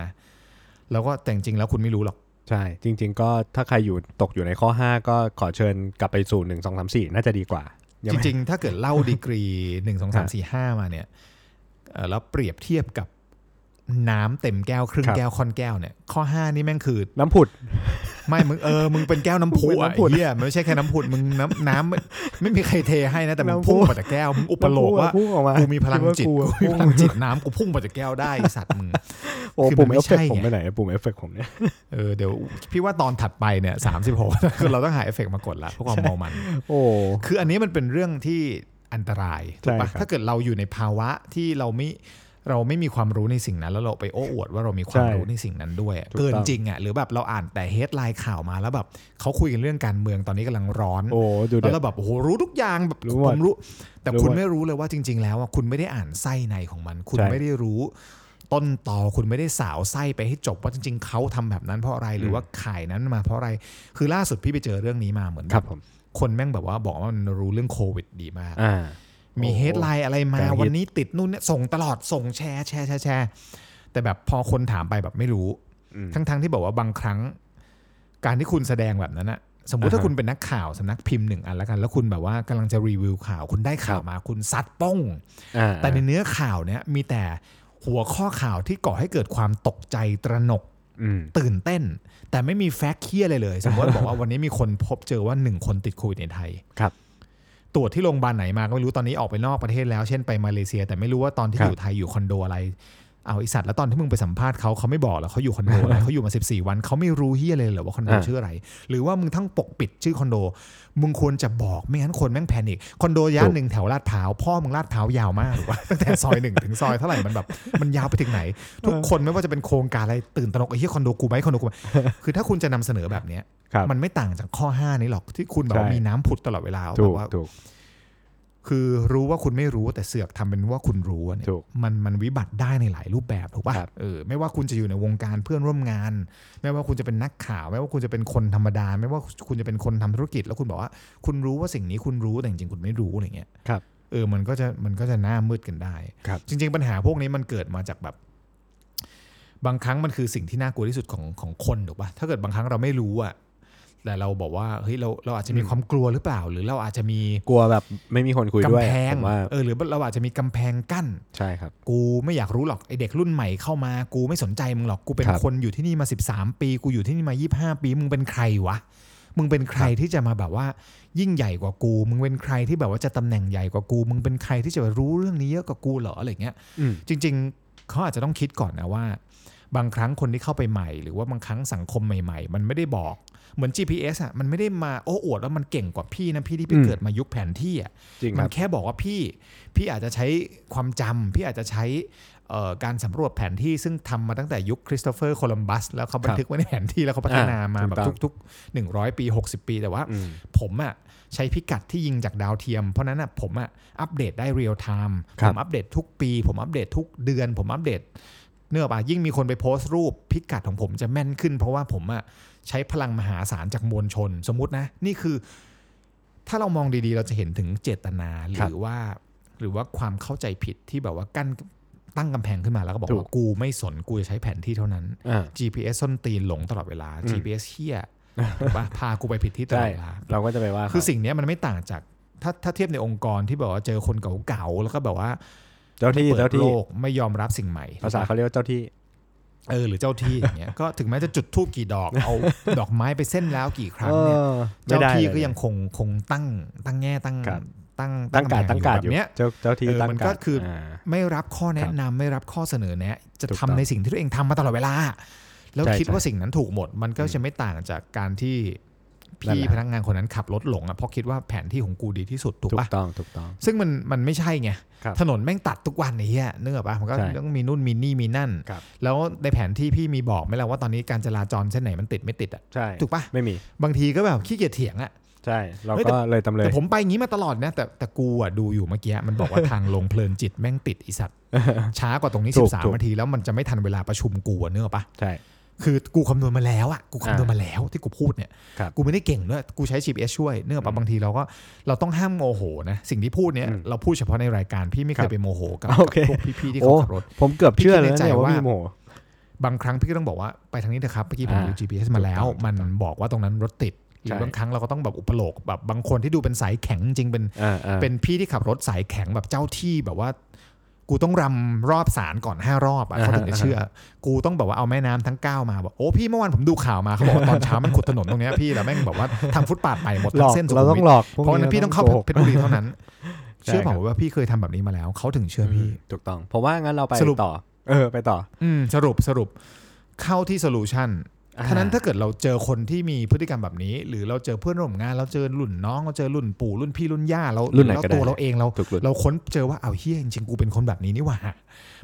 Speaker 1: แล้วก็แต่จริงๆแล้วคุณไม่รู้หรอก
Speaker 2: ใช่ จริง ๆ ก็ถ้าใครอยู่ตกอยู่ในข้อ 5 ก็ขอเชิญกลับไปสู่ 1 2 3 4 น่าจะดีกว่ายั
Speaker 1: จ
Speaker 2: ไม่
Speaker 1: ริง ๆ ถ้าเกิดเล่าดีกรีหนึ่งสองสามสี่ห้ามาเนี่ยเอ่อแล้วเปรียบเทียบกับน้ำเต็มแก้วครึ่ง
Speaker 2: ครับ
Speaker 1: แก้วค่อนแก้วเนี่ย ข้อห้านี่แม่งคือ
Speaker 2: น้ำผุด
Speaker 1: ไม่มึงเออมึงเป็นแก้วน้ำพุ
Speaker 2: เป็น
Speaker 1: อ่ะ
Speaker 2: น้ำพุ
Speaker 1: เหี้ยมันไม่ใช่แค่น้ำพุมึงน้ำน้ำไม่ไม่มีใครเทให้นะ แต่มึง
Speaker 2: น้ำพุ
Speaker 1: พุ่งมาแต่แก้วมึงอุปโลกว่า
Speaker 2: พุ่งออกมา
Speaker 1: กู
Speaker 2: กู
Speaker 1: มีพลังจิต
Speaker 2: กู
Speaker 1: กูมีพลังจิตน้ำกูพุ่งมาแต่แก้วได้ไอ้สัตว์มึง
Speaker 2: โอ้
Speaker 1: คือ
Speaker 2: ปุ่ม
Speaker 1: มันไม่
Speaker 2: เอฟเฟก
Speaker 1: ใช่
Speaker 2: ต์ผม
Speaker 1: ไง
Speaker 2: ไปไหนปุ่มเอฟเฟกต์ผมเนี่ย
Speaker 1: เออเดี๋ยวพี่ว่าตอนถัดไปเนี่ยสามสิบหก คือเราต้องหาเอฟเฟกต์มากดละเพราะความเมามัน
Speaker 2: โอ้
Speaker 1: คืออันนี้มันเป็นเรื่องที่อันตรายถูกปะ
Speaker 2: ใช่ครับ
Speaker 1: ถ้าเกิดเราอยู่ในภาวะที่เราไม่เราไม่มีความรู้ในสิ่งนั้น แล้วเราไปโอ้อวดว่าเรามีความ
Speaker 2: ใช่
Speaker 1: รู้ในสิ่งนั้นด้วยอะ
Speaker 2: ถูกต้อง
Speaker 1: เกินจริงอ่ะหรือแบบเราอ่านแต่เฮดไลน์ข่าวมาแล้วแบบเขาคุยกันเรื่องการเมืองตอนนี้กำลังร้อน
Speaker 2: โอ้ดู
Speaker 1: แล้
Speaker 2: เด็
Speaker 1: ว
Speaker 2: ด
Speaker 1: เราแบบโอ้โหรู้ทุกอย่างแบบ
Speaker 2: รู้หมด
Speaker 1: ผมรู้ แต่
Speaker 2: รู้
Speaker 1: คุณ
Speaker 2: หมด
Speaker 1: ไม่รู้เลยว่าจริง ๆ แล้วอะคุณไม่ได้อ่านไส้ในของมัน คุณ
Speaker 2: ใช่
Speaker 1: ไม่ได้รู้ ต้นต่อคุณไม่ได้สาวไส้ไปให้จบว่าจริง ๆเขาทำแบบนั้นเพราะอะไรหรือว่าขายนั้นมาเพราะอะไร คือล่าสุดพี่ไปเจอเรื่องนี้มาเหมือนแ
Speaker 2: ครับผม
Speaker 1: คนแม่งแบบว่าบอกว่ามันรู้เรื่องโควิดดีมาก
Speaker 2: อ่า
Speaker 1: มี
Speaker 2: โอ้โห
Speaker 1: เฮดไลน์อะไรมา
Speaker 2: การฮิต
Speaker 1: วันนี้ติดนู่นเนี่ยส่งตลอดส่งแชร์แชร์แชร์แชร์แต่แบบพอคนถามไปแบบไม่รู้
Speaker 2: อืม
Speaker 1: ทั้งๆที่บอกว่าบางครั้ง การที่คุณแสดงแบบนั้นอะสมมติ
Speaker 2: อ่าฮะ
Speaker 1: ถ้าคุณเป็นนักข่าวสำนักพิมพ์หนึ่งอันแล้วกัน แล้วคุณแบบว่ากำลังจะรีวิวข่าว คุณได้ข่า
Speaker 2: ค
Speaker 1: ว
Speaker 2: รับ
Speaker 1: มาคุณซัดป้อง
Speaker 2: อ่า
Speaker 1: แต่ในเนื้อข่าวเนี่ยมีแต่หัวข้อข่าวที่ก่อให้เกิดความตกใจตระหนก
Speaker 2: อืม
Speaker 1: ตื่นเต้น แต่ไม่มีแฟกต์เคี้ยอะไรเลย สมมติว่า บอกว่าวันนี้มีคนพบเจอว่าหนึ่งคนติดโควิดในไทย
Speaker 2: ครับ
Speaker 1: ตรวจที่โรงพยาบาลไหนมาก็ไม่รู้ตอนนี้ออกไปนอกประเทศแล้ว เช่นไปมาเลเซีย แต่ไม่รู้ว่าตอนที่
Speaker 2: ครับ
Speaker 1: อยู่ไทยอยู่คอนโดอะไร เอาไอสัตว์แล้วตอนที่มึงไปสัมภาษณ์เขาเขาไม่บอกเห รอเขาอยู่คอนโดอะไร เขาอยู่มา 14 วันเขาไม่รู้เฮียอะไรเลยเหรอว่าคอนโด
Speaker 2: อ่า
Speaker 1: ชื่ออะไร หรือว่ามึงทั้งปกปิดชื่อคอนโด มึงควรจะบอกไม่งั้นคนแม่งแพนิคคอนโดย่านหนึ่งแถวลาดพร้าวพ่อมึงลาดพร้าวยาวมากห รือว่า ตั้งแต่ซอยหนึ่งถึงซอยเท่าไหร่มันแบบมันยาวไปถึงไหน ทุกคนไม่ว่าจะเป็นโครงการอะไรตื่นตระหนกไอ้เหี้ยคอนโดกูไหมคอนโดกูไหม คือถ้าคุณจะนำเสนอแบบเนี้ย
Speaker 2: ครับ
Speaker 1: มันไม่ต่างจากข้อ 5 นี้หรอกที่คุณแบบว่า
Speaker 2: ใช่
Speaker 1: มีน้ำผุดตลอดเวลาแบ
Speaker 2: ถูก
Speaker 1: บว่า
Speaker 2: ถูก
Speaker 1: คือรู้ว่าคุณไม่รู้แต่เสือกทำเป็นว่าคุณรู้อะเนี่ย
Speaker 2: ถูก
Speaker 1: มันมันวิบัติได้ในหลายรูปแบบถูกป่ะ
Speaker 2: ครับ
Speaker 1: เออไม่ว่าคุณจะอยู่ในวงการเพื่อนร่วมงาน ไม่ว่าคุณจะเป็นนักข่าว ไม่ว่าคุณจะเป็นคนธรรมดา ไม่ว่าคุณจะเป็นคนทำธุรกิจ แล้วคุณบอกว่า คุณรู้ว่าสิ่งนี้คุณรู้แต่จริงๆคุณไม่รู้อะไรเงี้ย
Speaker 2: ครับ
Speaker 1: เออ มันก็จะ มันก็จะหน้ามืดกันได้
Speaker 2: ครับ
Speaker 1: จริง ๆ ปัญหาพวกนี้มันเกิดมาจากแบบ บางครั้งมันคือสิ่งที่น่ากลัวที่สุดของของคนถูกปะถ้าเกิดบางครั้งเราไม่รู้อะแต่เราบอกว่า เฮ้ย เรา เราอาจจะมี
Speaker 2: อืม
Speaker 1: ความกลัวหรือเปล่า หรือเราอาจจะมี
Speaker 2: กลัวแบบไม่มีคนคุยด้วย
Speaker 1: กำแพง
Speaker 2: ผมว่า
Speaker 1: เออ หรือเราอาจจะมีกำแพงกั้น
Speaker 2: ใช่ครับ
Speaker 1: กูไม่อยากรู้หรอกไอเด็กรุ่นใหม่เข้ามา กูไม่สนใจมึงหรอก กูเป็น
Speaker 2: ครับ
Speaker 1: คนอยู่ที่นี่มา 13 ปี กูอยู่ที่นี่มา 25 ปี มึงเป็นใครวะ มึงเป็นใครที่จะมาแบบว่า ยิ่งใหญ่กว่ากู มึงเป็นใครที่แบบว่าจะตำแหน่งใหญ่กว่ากู มึงเป็นใครที่จะรู้เรื่องนี้เยอะกว่ากูเหรออะไรเงี้ย
Speaker 2: อืม
Speaker 1: จริง ๆเขาอาจจะต้องคิดก่อนนะว่า บางครั้งคนที่เข้าไปใหม่ หรือว่าบางครั้งสังคมใหม่ ๆ มันไม่ได้บอกเหมือน GPS อ่ะมันไม่ได้มาโอ้อวดว่ามันเก่งกว่าพี่นะพี่ที่ไป
Speaker 2: อืม
Speaker 1: เกิดมายุคแผนที่อ่ะ
Speaker 2: จริงค
Speaker 1: มั
Speaker 2: รั
Speaker 1: น
Speaker 2: บ
Speaker 1: แค่บอกว่าพี่ พี่อาจจะใช้ความจำพี่อาจจะใช้เอ่อการสำรวจแผนที่ซึ่งทำมาตั้งแต่ยุคคริสโตเฟอร์โคลัมบัส แล้วเขาบันทึกไว้ในแผนที่แล้วเขาพัฒนามา
Speaker 2: อ่าถู
Speaker 1: แบ
Speaker 2: กต้อ
Speaker 1: บ
Speaker 2: ง
Speaker 1: ทุกๆ 100 ปี 60 ปีแต่ว่า
Speaker 2: อืม
Speaker 1: ผมอะใช้พิกัดที่ยิงจากดาวเทียม เพราะนั้นอะผมอะอัปเดตได้เรียลไทม์
Speaker 2: ครั
Speaker 1: ผ
Speaker 2: บ
Speaker 1: มอัปเดตทุกปี ผมอัปเดตทุกเดือน ผมอัปเดตเนื้ออกป่ะยิ่งมีคนไปโพสต์รูปพิกัดของผมจะแม่นขึ้น เพราะว่าผมอะใช้พลังมหาศาลจากมวลชน สมมตินะ นี่คือ ถ้าเรามองดีๆ เราจะเห็นถึงเจตนาห
Speaker 2: ครั
Speaker 1: รื
Speaker 2: บ
Speaker 1: อว่า หรือว่าความเข้าใจผิดที่แบบว่ากั้นตั้งกำแพงขึ้นมาแล้วก็บอก
Speaker 2: ถูก
Speaker 1: ว่ากูไม่สนกูจะใช้แผนที่เท่านั้น
Speaker 2: อ่า
Speaker 1: GPS ส้นตีนหลงตลอดเวลา
Speaker 2: อืม
Speaker 1: GPS เฮี้ยถูกปะพา กูไปผิดที่ตล
Speaker 2: ใช่
Speaker 1: อดเวลา
Speaker 2: เราก็จะไปว่า
Speaker 1: คือ
Speaker 2: เขา
Speaker 1: สิ่งเนี้ยมันไม่ต่างจากถ้าถ้าเทียบในองค์กรที่แบบว่าเจอคนเก่าๆแล้วก็แบบว่า
Speaker 2: เจ้าที่
Speaker 1: เปิ
Speaker 2: เจ้า
Speaker 1: ดโล
Speaker 2: ที่
Speaker 1: กไม่ยอมรับสิ่งใหม่
Speaker 2: ภาษาเขาเรียกว่าเจ้าที่
Speaker 1: เออหรือเจ้าที่อย่างเงี้ย ก็ถึงแม้จะจุดทูบกี่ดอกเอา ดอกไม้ไปเส้นแล้วกี่ครั้งเนี่ย
Speaker 2: ออ
Speaker 1: เจ้าที่
Speaker 2: ไม่ได้ล
Speaker 1: ก็ยังคงคงตั้งตั้งแง่ตั้ง
Speaker 2: ครับ
Speaker 1: ตั้ง
Speaker 2: ตั้งการ
Speaker 1: กำแพ
Speaker 2: ตั้งการ
Speaker 1: แบ
Speaker 2: อยู่
Speaker 1: บเนี้ย
Speaker 2: เจ้าเจ้าที่
Speaker 1: เออ
Speaker 2: ตั้ง
Speaker 1: มัน
Speaker 2: การ
Speaker 1: ก็คืออ่
Speaker 2: า
Speaker 1: ไม่รับข้อแนะนำไม่รับข้อเสนอแนะ จะ
Speaker 2: ถูกต้อ
Speaker 1: ทำ
Speaker 2: ง
Speaker 1: ในสิ่งที่ตัวเองทำมาตลอดเวลา แล้ว
Speaker 2: ใช่
Speaker 1: คิด
Speaker 2: ใช่
Speaker 1: ว่าสิ่งนั้นถูกหมด มันก็จะไม่ต่างจากการที่
Speaker 2: นั่น
Speaker 1: พี่
Speaker 2: แหละ
Speaker 1: พนักงานคนนั้นขับรถหลงอ่ะเพราะคิดว่าแผนที่ของกูดีที่สุดถูก
Speaker 2: ถู
Speaker 1: ปะ
Speaker 2: กต้องถูกต้อง
Speaker 1: ซึ่งมันมันไม่ใช่ไง
Speaker 2: ครับ
Speaker 1: ถนนแม่งตัดทุกวันไอ้เหี้ยเนื้ออกปะมันก็
Speaker 2: ใช่
Speaker 1: ต้องมีนู่นมีนี่มีนั่น
Speaker 2: ครับ
Speaker 1: แล้วในแผนที่พี่มีบอกไหมล่ะว่าตอนนี้การจราจรเส้นไหนมันติดไม่ติดอ่ะ
Speaker 2: ใช่
Speaker 1: ถูกปะ
Speaker 2: ไม่มี
Speaker 1: บางทีก็แบบขี้เกียจเถียงอ่ะ
Speaker 2: ใช่ เรา
Speaker 1: เฮ้ยแต่
Speaker 2: ก็เลยตำเลย
Speaker 1: แต่ผมไปงี้มาตลอดนะ แต่แต่กูอ่ะดูอยู่เมื่อกี้มันบอกว่า ทางลงเพลินจิตแม่งติดไอี สัตว์ ช้ากว่าตรงนี้
Speaker 2: ถูกถูก
Speaker 1: 13นาทีแล้วมันจะไม่ทันเวลาประชุมกูอะเนื้ออกปะ
Speaker 2: ใช่
Speaker 1: คือกูคำนวณมาแล้วอ่ะกูคำนวณมาแล้วที่กูพูดเนี่ย
Speaker 2: ครับ
Speaker 1: กูไม่ได้เก่งด้วยกูใช้ GPS ช่วยเนื้ออกปะบางทีเราก็เราต้องห้ามโมโหนะสิ่งที่พูดเนี่ย
Speaker 2: อืม
Speaker 1: เราพูดเฉพาะในรายการพี่ไม่เค
Speaker 2: ครั
Speaker 1: ย
Speaker 2: บ
Speaker 1: ไปโมโหกับ
Speaker 2: โอเค
Speaker 1: พวกพี่ๆที่เขาขับรถ
Speaker 2: ผมเกือบเชื่อเลยนะเนี่ย
Speaker 1: พี่คิดในใจ
Speaker 2: ว่า
Speaker 1: ว่า
Speaker 2: มีโมโห
Speaker 1: บางครั้งพี่ก็ต้องบอกว่าไปทางนี้เถอะครับเมื่อกี้ผม
Speaker 2: อ่า
Speaker 1: ดู GPS มาแล้ว
Speaker 2: ถูกต้อง
Speaker 1: มันบอกว่าตรงนั้นรถติดหรื
Speaker 2: ใช่
Speaker 1: อบางครั้งเราก็ต้องแบบอุปโลกแบบบางคนที่ดูเป็นสายแข็งจริงๆเป็น
Speaker 2: อ่าอ่า
Speaker 1: เป็นพี่ที่ขับรถสายแข็งแบบเจ้าที่แบบว่า กูต้องรำรอบสารก่อนห้ารอบอ่ะ
Speaker 2: อ่าฮะ
Speaker 1: เขาถึงจะเชื่อ กูต้องแบบว่าเอาแม่น้ำทั้งเก้ามาบอกโอ้พี่เมื่อวานผมดูข่าวมาเขาบอกว่าตอนเช้ามันขุดถนนตรงเนี้ยพี่แล้วแม่งบอกว่าทางฟุตปาดไปหมด
Speaker 2: หล
Speaker 1: ทั้
Speaker 2: อก
Speaker 1: งเส้นสุ
Speaker 2: เรา
Speaker 1: ขุม
Speaker 2: ต้อง
Speaker 1: วิท
Speaker 2: หลอกพวก
Speaker 1: เพราะฉะนั้น
Speaker 2: นี้
Speaker 1: พี่ต้องเข้า
Speaker 2: เราต้องโกหก
Speaker 1: เพชรบุรีเท่านั้น
Speaker 2: ใช่
Speaker 1: เชื่อเปล่า
Speaker 2: ครับ
Speaker 1: ว่าพี่เคยทำแบบนี้มาแล้วเขาถึงเชื่อพี่
Speaker 2: ถูกต้อง ผมว่างั้นเราไป
Speaker 1: สรุป
Speaker 2: ต่อ เออ ไปต่อ
Speaker 1: อืมสรุปสรุปเข้าที่โซลูชัน
Speaker 2: อ่
Speaker 1: ท่านั้นถ้าเกิดเราเจอคนที่มีพฤติกรรมแบบนี้ หรือเราเจอเพื่อนร่วมงาน เราเจอรุ่นน้องเราเจอรุ่นปู่รุ่นพี่รุ่นย่าเรา
Speaker 2: รุ่นไหน
Speaker 1: เรา
Speaker 2: ก็ได้
Speaker 1: ตัวเราเองเรา
Speaker 2: ถูกรุ่น
Speaker 1: เราค้นเจอว่าเอาวเฮียจริงๆกูเป็นคนแบบนี้นี่หว่า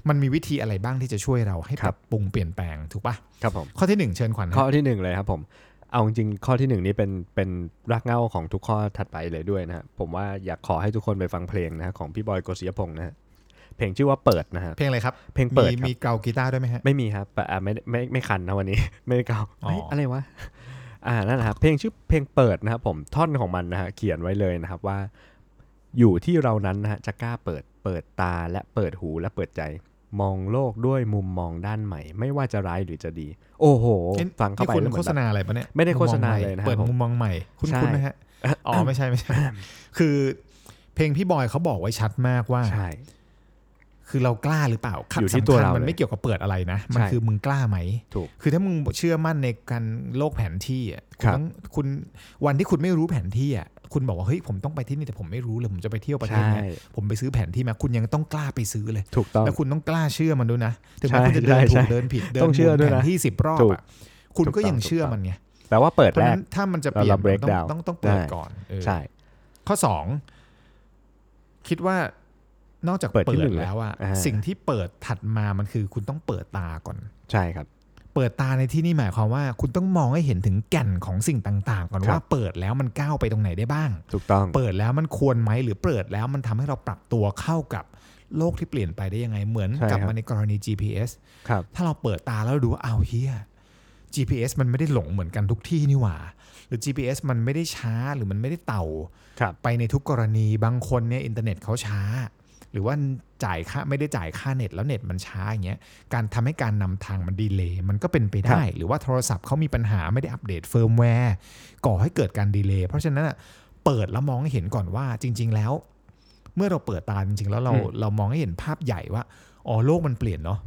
Speaker 1: มันมีวิธีอะไรบ้างที่จะช่วยเราให้
Speaker 2: ค
Speaker 1: ป
Speaker 2: รับ
Speaker 1: รับปรุงเปลี่ยนแปลงถูกปะ
Speaker 2: ครับผม
Speaker 1: ข้อที่หนึ่งเชิญขวัญ
Speaker 2: ข้อที่หนึ่งเลยครับผม เอาจริงๆข้อที่หนึ่งนี่เป็นเป็นรากเหง้าของทุกข้อถัดไปเลยด้วยนะฮะผมว่าอยากขอให้ทุกคนไปฟังเพลงนะฮะของพี่บอยโกศิยพงศ์นะฮะเพลงชื่อว่าเปิดนะฮะ
Speaker 1: เพลงอะไรครับ
Speaker 2: เพลงเปิด
Speaker 1: มี
Speaker 2: ครับ
Speaker 1: มีเกากีตาร์ด้วยไหมฮะ
Speaker 2: ไม่มีครับแต่อ่าไม่ได้ไม่ไม่คันนะวันนี้ ไม่ได้เกา
Speaker 1: อ๋อ
Speaker 2: เฮ้ยอะไรวะ อ่านั่นนะครับเพลงชื่อเพลงเปิดนะครับผมท่อนของมันนะฮะเขียนไว้เลยนะครับว่า อยู่ที่เรานั้นนะฮะจะกล้าเปิดเปิดตาและเปิดหูและเปิดใจ มองโลกด้วยมุมมองด้านใหม่ ไม่ว่าจะร้ายหรือจะดี โอ้โห
Speaker 1: อ๊ะ
Speaker 2: ฟังเข้าไป
Speaker 1: นี่คุณ
Speaker 2: แล้วเหมื
Speaker 1: โฆ
Speaker 2: อน
Speaker 1: ษ
Speaker 2: แบบ
Speaker 1: ณาอะไรปะเนี่ย
Speaker 2: ไม่ได้โฆษณาเลยนะ
Speaker 1: มุมมองใหม่
Speaker 2: ผม
Speaker 1: เปิดมุมมองใหม่ คุณ
Speaker 2: ใช่
Speaker 1: คุณไหมฮะ อ๋อไม่ใช่ไม่ใช่ คือเพลงพี่บอยเขาบอกไว้ชัดมากว่า
Speaker 2: ใช่
Speaker 1: คือเรากล้าหรือเปล่าคำ
Speaker 2: อยู่ที่
Speaker 1: สำคัญ
Speaker 2: ตัวเรา
Speaker 1: มัน
Speaker 2: เลย
Speaker 1: ไม่เกี่ยวกับเปิดอะไรนะ มัน
Speaker 2: ใช่
Speaker 1: คือมึงกล้าไหม
Speaker 2: ถูก
Speaker 1: คือถ้ามึงเชื่อมั่นในการโลกแผนที่อ่ะ
Speaker 2: ค
Speaker 1: คุ
Speaker 2: รับ
Speaker 1: ณต้องคุณวันที่คุณไม่รู้แผนที่อ่ะคุณบอกว่าเฮ้ยผมต้องไปที่นี่แต่ผมไม่รู้เลยผมจะไปเที่ยวประเทศเนี้ย
Speaker 2: ใช่
Speaker 1: ผมไปซื้อแผนที่มาคุณยังต้องกล้าไปซื้อเลย
Speaker 2: ถูกต้อง
Speaker 1: แล้วคุณต้องกล้าเชื่อมันด้วยนะถึง
Speaker 2: ใช่
Speaker 1: แม้คุณจะเดิน
Speaker 2: ใช่
Speaker 1: ถูก
Speaker 2: ใช่
Speaker 1: เดินผิดเดิน
Speaker 2: ต้องเชื่อ
Speaker 1: หมุน
Speaker 2: ด้วยนะ
Speaker 1: แผนที่สิบรอบ
Speaker 2: ถูก
Speaker 1: อ่ะคุณก็
Speaker 2: ถูกต้อง
Speaker 1: ยังเชื่อ
Speaker 2: ถูกต้อง
Speaker 1: มันไง
Speaker 2: แปลว่าเปิด
Speaker 1: เพราะ
Speaker 2: แร
Speaker 1: ฉะ
Speaker 2: ก
Speaker 1: นั้นถ้ามันจะเปลี่ยน
Speaker 2: เรา break
Speaker 1: มันต้อง
Speaker 2: down
Speaker 1: ต้องต้องเปิด
Speaker 2: ได้
Speaker 1: ก่อนเออ
Speaker 2: ใช่
Speaker 1: ข้อสองคิดว่านอกจาก
Speaker 2: เปิด
Speaker 1: เปิ
Speaker 2: ที่หนึ่
Speaker 1: ด
Speaker 2: งเลย
Speaker 1: แล้วอ่ะ
Speaker 2: อ่า
Speaker 1: สิ่งที่เปิดถัดมามันคือคุณต้องเปิดตาก่อน
Speaker 2: ใช่ครับ
Speaker 1: เปิดตาในที่นี่หมายความว่า คุณต้องมองให้เห็นถึงแก่นของสิ่งต่างๆ ก่อน
Speaker 2: ครั
Speaker 1: ว่า
Speaker 2: บ
Speaker 1: เปิดแล้วมันก้าวไปตรงไหนได้บ้าง
Speaker 2: ถูกต้อง
Speaker 1: เปิดแล้วมันควรไหมหรือเปิดแล้วมันทำให้เราปรับตัวเข้ากับโลกที่เปลี่ยนไปได้ยังไงเหมือน
Speaker 2: ใช่
Speaker 1: กับ
Speaker 2: ครับ
Speaker 1: มาในกรณี GPS
Speaker 2: ครับ
Speaker 1: ถ้าเราเปิดตาแล้วดูว่าอ้าวเฮีย GPS มันไม่ได้หลงเหมือนกันทุกที่นี่หว่า หรือ GPS มันไม่ได้ช้าหรือมันไม่ได้เต่า
Speaker 2: ครับ
Speaker 1: ไปในทุกกรณีบางคนเนี่ยอินเทอร์เน็ตเขาช้า หรือว่าจ่ายค่าไม่ได้จ่ายค่าเน็ตแล้วเน็ตมันช้าอย่างเงี้ยการทำให้การนำทางมันดีเลย์มันก็เป็นไปได้ หรือว่าโทรศัพท์เขามีปัญหาไม่ได้อัปเดตเฟิร์มแวร์ก่อให้เกิดการดีเลย์เพราะฉะนั้นอะเปิดแล้วมองให้เห็นก่อนว่าจริง ๆ แล้ว เมื่อเราเปิดตาจริง ๆ แล้วเรา
Speaker 2: อืม
Speaker 1: เรามองให้เห็นภาพใหญ่ว่าอ๋อโลกมันเปลี่ยนเนาะ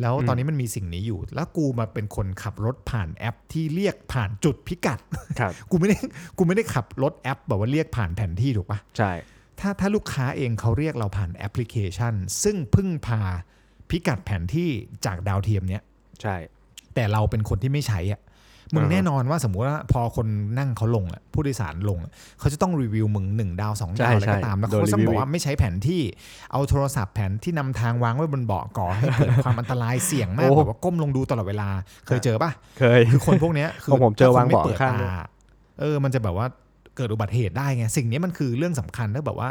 Speaker 1: แล้วตอนนี้มันมีสิ่งนี้อยู่ แล้วกูมาเป็นคนขับรถผ่านแอปที่เรียกผ่านจุดพิกัด
Speaker 2: ครับ
Speaker 1: กูไม่ได้ กูไม่ได้ขับรถแอปแบบว่าเรียกผ่านแผนที่ถูกปะ
Speaker 2: ใช่
Speaker 1: ถ้าถ้าลูกค้าเองเขาเรียกเราผ่านแอปพลิเคชัน ซึ่งพึ่งพาพิกัดแผนที่จากดาวเทียมเนี้ย
Speaker 2: ใช่
Speaker 1: แต่เราเป็นคนที่ไม่ใช้อะมึง
Speaker 2: อ่าฮะ
Speaker 1: แน่นอนว่าสมมุติว่าพอคนนั่งเขาลงอะผู้โดยสารลงอะเขาจะต้องรีวิวมึงหนึ่งดาวสอง
Speaker 2: ใช่
Speaker 1: ดาวอะไร
Speaker 2: ใช่
Speaker 1: ก็ตามแล้ว
Speaker 2: โดน
Speaker 1: เขาจะ
Speaker 2: รีวิว
Speaker 1: บอกว่าไม่ใช้แผนที่เอาโทรศัพท์แผนที่นำทางวางไว้บนเบาะก่อให้เกิดความอันตรายเสี่ยงมาก
Speaker 2: โอ้
Speaker 1: แบบว่าก้มลงดูตลอดเวลาเคยเจอปะ
Speaker 2: เคย
Speaker 1: คือคนพวกเนี้ยคื
Speaker 2: ของผมเจอวาง
Speaker 1: ถ้คุณไม่
Speaker 2: เบาะ
Speaker 1: ปิด
Speaker 2: ข้าง
Speaker 1: ต
Speaker 2: ด้วย
Speaker 1: เออ มันจะแบบว่าเกิดอุบัติเหตุได้ไง สิ่งนี้มันคือเรื่องสำคัญถ้าแบบว่า